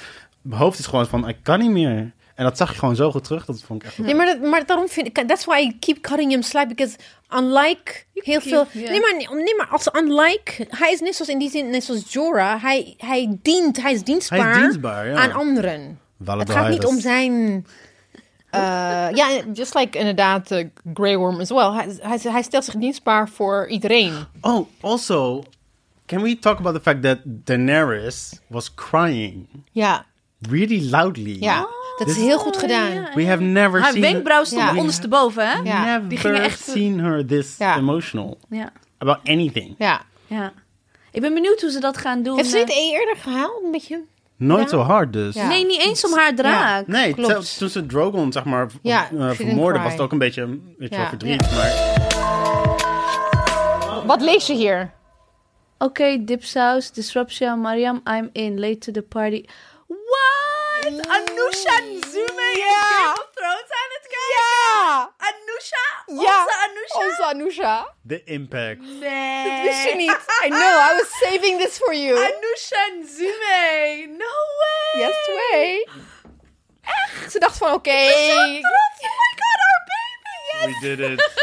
B: hoofd is gewoon van, ik kan niet meer. En dat zag je gewoon zo goed terug. Dat vond ik echt...
C: Nee, maar, dat, maar daarom vind ik... That's why I keep cutting him slack. Because unlike heel
A: keep-
C: veel...
A: ja.
C: Nee, maar, nee, maar als unlike... Hij is net zoals in die zin, net zoals Jorah. Hij, hij dient, hij is dienstbaar,
B: dienstbaar, ja.
C: aan anderen.
B: Validarius.
C: Het gaat niet om zijn... eh, ja, just like inderdaad eh, Grey Worm as well. Hij, hij, hij stelt zich dienstbaar voor iedereen.
B: Oh, also, can we talk about the fact that Daenerys was crying
C: Ja,
B: really loudly?
C: ja. dat is
B: Dit-
C: heel goed gedaan.
A: Oh, ja.
B: We have never
A: Ehm, Haar
B: seen...
A: wenkbrauwen stonden
C: Ja.
A: ondersteboven, hè?
C: Ja.
B: Never
A: Die gingen echt-
B: seen her this
C: Ja.
B: emotional
A: Ja.
B: about anything.
C: ja.
A: ja. Ik ben benieuwd hoe ze dat gaan doen.
C: Heeft ze
A: eh.
C: niet eerder gehaald? Een beetje...
B: Nooit
C: Ja.
B: zo hard dus.
C: Ja.
A: Nee, niet eens om haar draak.
B: Nee,
C: Klopt.
B: zelfs toen ze Drogon zeg maar v-
C: Ja,
B: eh,
C: she didn't
B: vermoorden
C: cry.
B: was het ook een beetje weet je wel,
C: Ja.
B: verdriet. Maar
C: Wat lees je hier?
A: Oké, dipsaus, disruption, Mariam, I'm in, late to the party. What? Anusha Nzume is
C: Ja.
A: Game of Thrones aan het kijken?
C: Ja!
A: Anusha?
C: Ja,
A: Onze Anusha?
C: Onze Anusha.
B: de impact.
A: Nee.
C: Dat wist je niet. I know, I was saving this for you.
A: Anusha Nzume. No way.
C: Yes way. Echt? Ze dacht van, oké,
A: Trots. Oh my god, our baby. Yes.
B: We did it.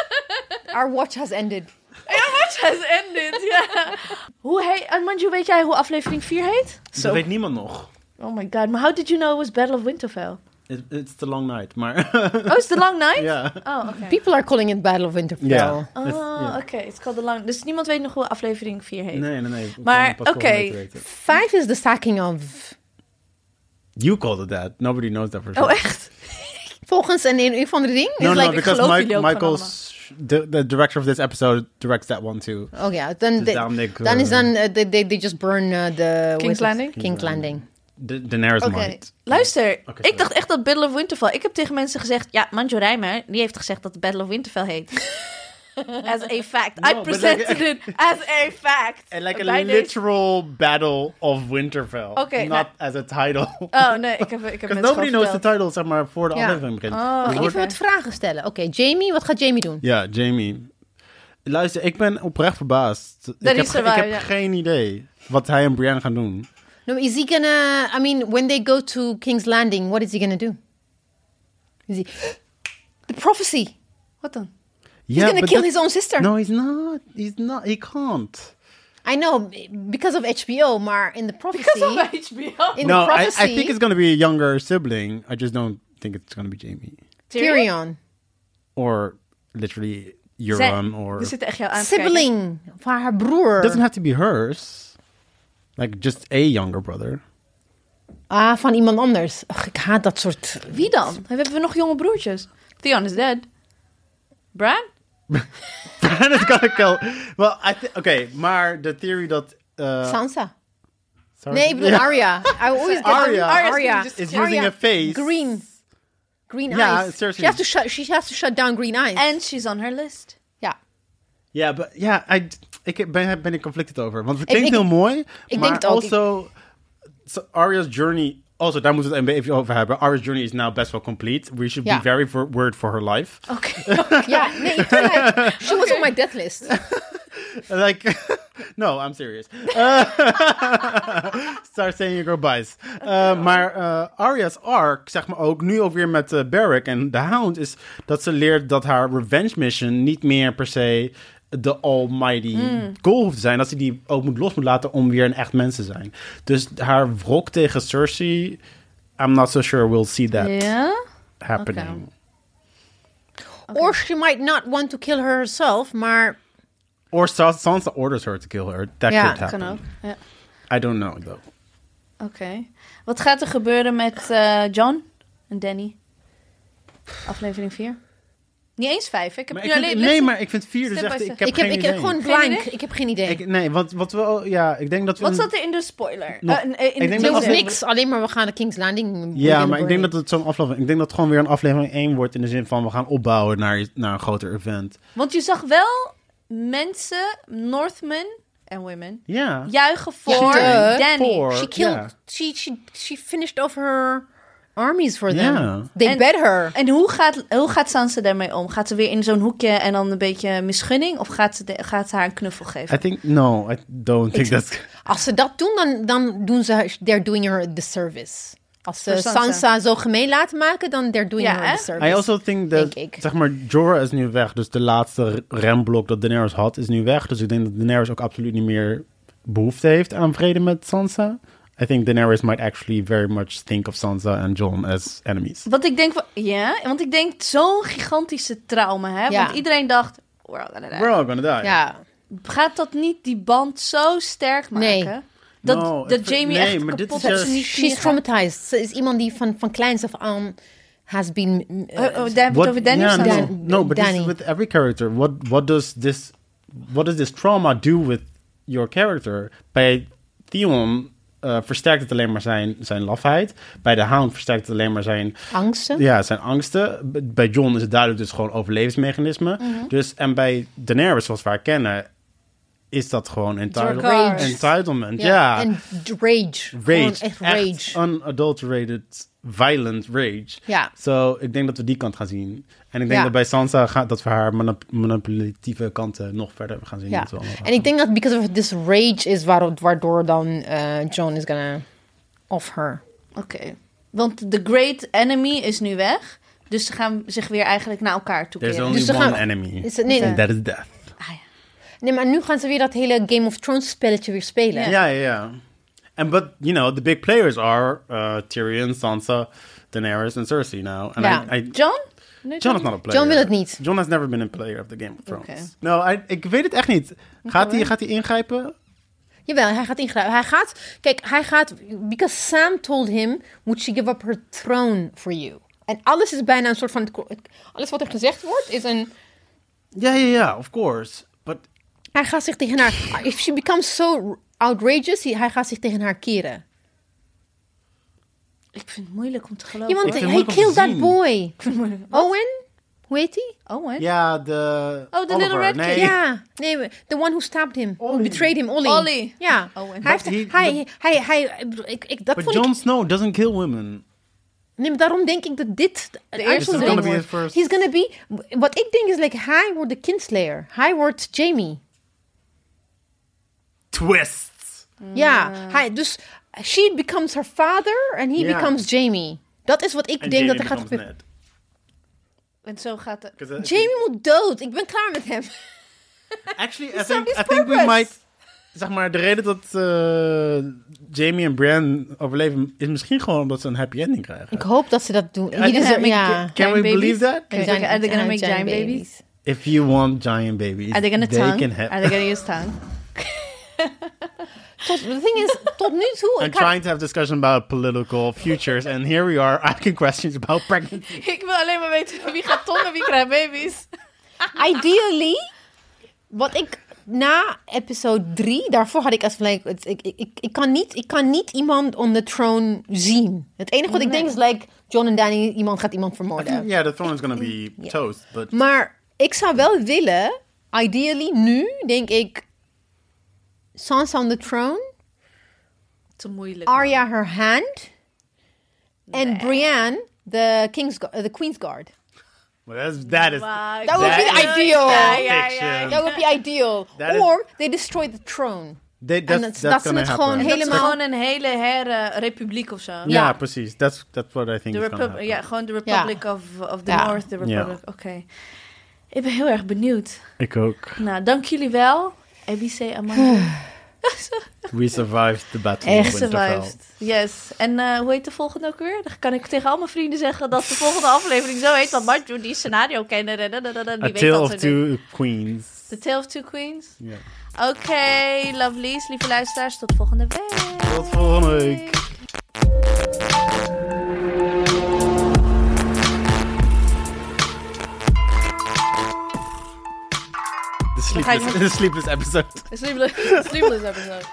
C: our watch has ended.
A: How much has ended? Ja. Hoe heet... Armandju, weet jij hoe aflevering 4 heet?
B: Dat weet niemand nog.
A: Oh my god. Maar how did you know it was Battle of Winterfell?
B: It- it's the long night, maar
A: Oh, it's the long night?
B: ja.
A: Oh, oké.
C: People are calling it Battle of Winterfell.
B: Ja.
A: Oh,
B: Het- Dus, ja.
A: oké. It's called the long... Dus niemand weet nog hoe aflevering 4 heet.
B: Nee, nee, nee. we
A: Maar,
B: komen pas volgende
A: oké.
B: week te weten.
C: Vijf is the sacking of...
B: You called it that. Nobody knows that for sure.
A: Oh, echt?
C: Volgens een een of andere ding. is
B: No, no,
C: like,
B: because
A: geloof
B: Mike-
A: jullie ook gewoon
B: Michael
A: allemaal.
B: Sh- the, the director of this episode directs that one too.
C: Oh ja, dan,
B: Dus daarom denk ik,
C: dan
B: eh,
C: is dan, eh, they, they, they just burn eh, the...
A: King's Landing?
C: King Landing.
B: De, Daenerys
A: Oké,
B: might.
A: luister.
B: sorry.
A: ik dacht echt dat Battle of Winterfell. Ik heb tegen mensen gezegd, ja, Manjo Rijmer, die heeft gezegd dat de Battle of Winterfell heet. as a fact.
B: No,
A: I
B: but
A: presented
B: like-
A: it as a fact.
B: And like a
A: Bij deze-
B: literal battle of Winterfell.
A: Oké,
B: Not
A: nou-
B: as a title.
A: Oh, nee, ik heb, ik heb
B: Because
A: mensen
B: nobody
A: gewoon
B: knows the
A: verteld.
B: title, zeg maar, voor de
C: Ja.
B: aflevering begint.
A: Oh,
B: Dus
C: Mag
A: oké.
C: ik
B: wordt-
C: even wat vragen stellen? Oké, Jamie, wat gaat Jamie doen?
B: Ja, Jamie. Luister, ik ben oprecht verbaasd. ik
A: is
B: heb,
A: ze
B: ge-
A: waar,
B: ik heb
A: ja.
B: geen idee wat hij en Brienne gaan doen.
C: No, is he gonna? I mean, when they go to King's Landing, what is he gonna do? Is he the prophecy?
A: Wat dan?
B: Yeah,
C: gonna
B: but
C: kill
B: that-
C: his own sister.
B: No, he's not. He's not. He can't.
C: I know because of HBO, maar in the prophecy,
A: HBO.
C: in
B: no,
C: the
B: I, I
C: prophecy,
B: think it's going to be a younger sibling. I just don't think it's going to be Jamie.
C: Tyrion,
B: Or literally
A: Zij-
B: Euron. Or
A: Die zitten echt jou aan te kijken.
C: sibling van haar broer,
B: doesn't have to be hers. Like just a younger brother.
C: ah, van iemand anders. Ach, ik haat dat soort.
A: Wie dan? Hebben we nog jonge broertjes? Theon is dead. Bran?
B: Bran is gonna kill. Well, I thi- okay, maar de theory dat. eh,
C: Sansa.
B: sorry.
C: Nee, ik bedoel
B: Ja.
C: Arya. I always get
B: Arya.
C: Arya.
A: Arya
B: Is using a face.
C: Green. Green
B: Ja,
C: eyes.
B: seriously.
C: She has to shut. She has to shut down green eyes.
A: And she's on her list.
C: ja.
B: Ja, but- ja, I- ik ben, ben ik conflicted over. Want het
C: Ik-
B: klinkt
C: ik-
B: heel mooi. maar
C: denk het ook.
B: Also, so Arya's journey. Also, daar moeten we het even over hebben. Arya's journey is now best wel complete. We should
C: Ja.
B: be very for, worried for her life.
A: Oké.
C: Ja, nee, tegelijk. She was on my death list.
B: Like, no, I'm serious. Uh, start saying your goodbyes. Uh, maar eh, Arya's arc, zeg maar ook, nu ook weer met eh, Beric en The Hound, is dat ze leert dat haar revenge mission niet meer per se de almighty
A: Hmm.
B: goal hoeft te zijn. Dat ze die ook moet los moet laten om weer een echt mens te zijn. Dus haar wrok tegen Cersei, I'm not so sure we'll see that
A: Ja?
B: happening.
A: Oké.
C: Or she might not want to kill her herself, maar...
B: Or Sa- Sansa orders her to kill her. That
C: Ja,
B: could happen.
A: Kan ook. Ja.
B: I don't know, though.
A: Oké. Wat gaat er gebeuren met eh, John en Danny? Aflevering 4. Niet eens 5. Ik heb
B: Maar
A: nu
B: ik vind-
A: alleen...
B: nee,
A: listen.
B: maar ik vind vier dus
A: Step
B: echt...
A: by
B: Ik
A: step.
B: heb
C: Ik heb,
B: geen
C: ik heb
B: idee.
C: gewoon
A: Geen
C: blank.
A: idee?
C: Ik heb geen idee.
B: Ik, nee, want wat we... Ja, ik denk dat we...
A: Wat
B: een-
A: zat er in de spoiler?
B: Nog-
A: Eh, in- eh, in
B: Ik denk
A: de
B: dat
C: Nog
B: als-
A: teaser.
C: niks, alleen maar we gaan de King's Landing...
B: Ja, maar ik denk dat het zo'n aflevering... Ik denk dat het gewoon weer een aflevering 1 wordt... in de zin van we gaan opbouwen naar, naar een groter event.
A: Want je zag wel mensen, Northmen en women,
B: Ja.
A: juichen voor
C: duh.
A: Danny.
B: Voor-
C: She killed...
B: ja.
C: She, she, she finished off her armies for them.
B: Ja.
C: They
A: En-
C: bet her.
A: En hoe gaat, hoe gaat Sansa daarmee om? Gaat ze weer in zo'n hoekje en dan een beetje misgunning? Of gaat ze, de- gaat ze haar een knuffel geven?
B: I think... No, I don't think that's...
C: Als ze dat doen, dan, dan doen ze... They're doing her a disservice. Als ze
A: Voor Sansa.
C: Sansa. zo gemeen laten maken, dan they're doing
A: Ja,
C: her
A: hè?
C: a disservice.
B: I also think dat...
C: denk ik.
B: Zeg maar, Jorah is nu weg. Dus de laatste remblok dat Daenerys had is nu weg. Dus ik denk dat Daenerys ook absoluut niet meer behoefte heeft aan vrede met Sansa. I think Daenerys might actually very much think of Sansa en Jon as enemies.
A: Wat ik denk van, ja, want ik denk zo'n gigantische trauma, hè?
C: Ja.
A: Want iedereen dacht, we're all gonna die.
B: We're all gonna die.
C: Ja.
A: Gaat dat niet die band zo sterk maken?
C: Nee.
A: Dat,
B: No,
A: dat
B: het-
A: Jamie
B: nee,
A: echt
B: maar dit
A: kapot
B: is
A: dat ze
B: juist-
A: niet
C: She's
A: meer-
C: traumatized. Ze is iemand die van, van kleins af aan has been... eh,
A: Oh, oh, daar hebben we het over Danny
B: yeah,
A: of Sansa?
B: no,
C: Dan-
B: no, but this is
C: Danny.
B: with every character. What what does this what does this trauma do with your character? Bij Theon eh, versterkt het alleen maar zijn, zijn lafheid. Bij de Hound versterkt het alleen maar zijn,
C: angsten.
B: ja, zijn angsten. B- Bij John is het duidelijk dus gewoon overlevingsmechanisme. Dus, en bij Daenerys, zoals we haar kennen, is dat gewoon entitle-
A: Rage.
B: entitlement. Ja.
C: En d- rage. Gewoon
B: Rage.
C: echt
B: Echt
C: rage.
B: unadulterated, violent rage.
C: Ja.
B: So, ik denk dat we die kant gaan zien. En ik denk
C: Ja.
B: dat bij Sansa gaat dat we haar manip- manipulatieve kanten nog verder gaan zien.
C: ja.
B: Dat we allemaal gaan
C: En ik denk dat because of this rage is waardoor, waardoor dan eh, John is gonna off her.
A: Oké. Want de Great Enemy is nu weg. Dus ze gaan zich weer eigenlijk naar elkaar toe
B: There's
A: keren.
B: only
C: Dus ze
B: one
C: gaan-
B: enemy.
C: Is het- nee,
B: And
C: nee.
B: that is death.
A: Ah, ja.
C: Nee, maar nu gaan ze weer dat hele Game of Thrones spelletje weer spelen.
A: Ja.
B: Ja, ja, ja. And but, you know, the big players are uh, Tyrion, Sansa, Daenerys en Cersei now. And
C: Ja.
B: I, I,
A: John? Nee,
B: John is not a player.
C: John wil het niet.
B: John has never been a player of the Game of Thrones.
A: Oké.
B: No, I- ik weet het echt niet. Gaat hij gaat hij ingrijpen?
C: Jawel, hij gaat ingrijpen. Hij gaat, kijk, hij gaat, because Sam told him, would she give up her throne for you? En alles is bijna een soort van, alles wat er gezegd wordt is een
B: Ja, ja, ja, of course. But
C: Hij gaat zich tegen haar... If she becomes so outrageous, hij gaat zich tegen haar keren.
A: Ik vind het moeilijk om te geloven.
C: Ja, want
B: vind het
C: hij
B: moeilijk om
C: killed
B: te
C: that
B: zien.
C: boy.
A: Ik vind het moeilijk.
C: Owen? Hoe heet hij?
A: Oh, hè?
B: ja, de...
A: Oh, de Little
B: Oliver,
A: Red
B: nee.
A: Kid.
C: Ja, nee, the one who stabbed him. Who betrayed him, Ollie.
A: Ollie.
C: Ja.
A: Owen.
C: Hij heeft...
B: But he-
C: hij, hij, hij, ik bedoel, ik, ik, dat
B: But
C: vond
B: Jon
C: ik...
B: Snow doesn't kill women.
C: Nee, maar daarom denk ik dat dit het
A: eerste
C: eerste
A: is gonna
C: ding
A: be
C: wordt.
B: his first.
C: He's gonna be... Wat ik denk is, like, hij wordt de kindslayer. Hij wordt Jamie.
B: Twists.
C: Ja, hij, dus she becomes her father and he
B: Ja.
C: becomes Jamie. Dat is wat ik
B: En
C: denk dat
B: Jamie
C: er gaat
B: becomes
C: gebeuren.
B: Ned.
A: En zo gaat de...
B: 'Cause, uh,
C: Jamie moet dood. Ik ben klaar met hem.
B: Actually, I
A: It's
B: think,
A: his
B: I think we
A: purpose.
B: might... Zeg maar, de reden dat eh, Jamie en Bran overleven... is misschien gewoon omdat ze een happy ending krijgen.
C: Ik hoop dat ze dat doen.
B: Ja,
C: He deserve- ja.
B: Can we believe that?
A: Are they gonna, make giant babies?
B: If you want giant babies,
A: Are they gonna
B: they
A: tongue?
B: can have...
A: Are they gonna use tongue?
C: Tot, the thing is, tot nu toe...
B: I'm
C: Ik had,
B: trying to have discussion about political futures, and here we are asking questions about pregnancy.
A: Ik wil alleen maar weten wie gaat tongen, wie krijgt baby's.
C: ideally, wat ik na episode 3, daarvoor had ik als like, het- ik, ik, ik, ik kan niet, ik kan niet iemand on the throne zien. Het enige wat ik denk is, like, John en Danny, iemand gaat iemand vermoorden.
B: yeah, the throne is gonna be toast, but
C: Maar ik zou wel willen, ideally nu, denk ik, Sansa on the throne,
A: Te moeilijk.
C: Arya her hand, en Brienne, the, King's, Gu- uh, the Queen's Guard.
B: well, that's, that is
A: Maar-
C: Dat would be
B: That
C: the
B: is
C: ideal.
A: Ja, ja, ja.
B: fiction.
C: That would be ideal.
B: That is-
C: Or they destroy the throne.
B: They- that's,
C: dat-
B: that's,
C: dat ze
B: gonna
C: het
B: happen.
C: gewoon
A: Dat is
C: helemaal-
A: gewoon een hele herrenrepubliek of zo.
B: Yeah,
C: Ja.
B: precies. That's that's what I think
A: De
B: is gonna
A: Repub-
B: happen.
A: ja, gewoon de Republic of, of the
C: Ja.
A: North, de
B: Ja.
A: Republic. Oké. Ik ben heel erg benieuwd.
B: Ik ook.
A: Nou, dank jullie wel. ABC Amanda.
B: We survived the battle
C: Echt
B: of Winterfell.
A: Survived. Yes. En eh, hoe heet de volgende ook weer? Dan kan ik tegen al mijn vrienden zeggen dat de volgende aflevering zo heet. Want Marjorie die scenario kennen. Die
B: A
A: weet
B: tale
A: dat
B: of
A: soort dingen.
B: two queens.
A: The Tale of Two Queens.
B: Ja.
A: Oké, lovelies, lieve luisteraars. Tot volgende week.
B: Tot volgende week. The
A: gaan
B: sleepless, the sleepless episode.
A: Sleepless, sleepless episode.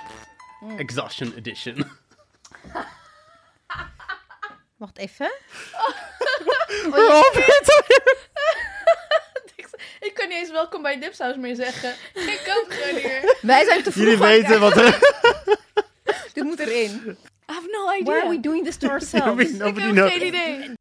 B: Exhaustion edition.
C: Oh, Wacht even.
A: ik kan niet eens welkom bij Dipsaus meer zeggen. Ik kan het gewoon niet meer.
C: Wij zijn te vroeg.
B: Jullie weten wat er...
C: Dit moet erin.
A: I have no idea.
C: Why are we doing this to ourselves?
B: Nobody
A: ik heb
B: knows.
A: geen idee.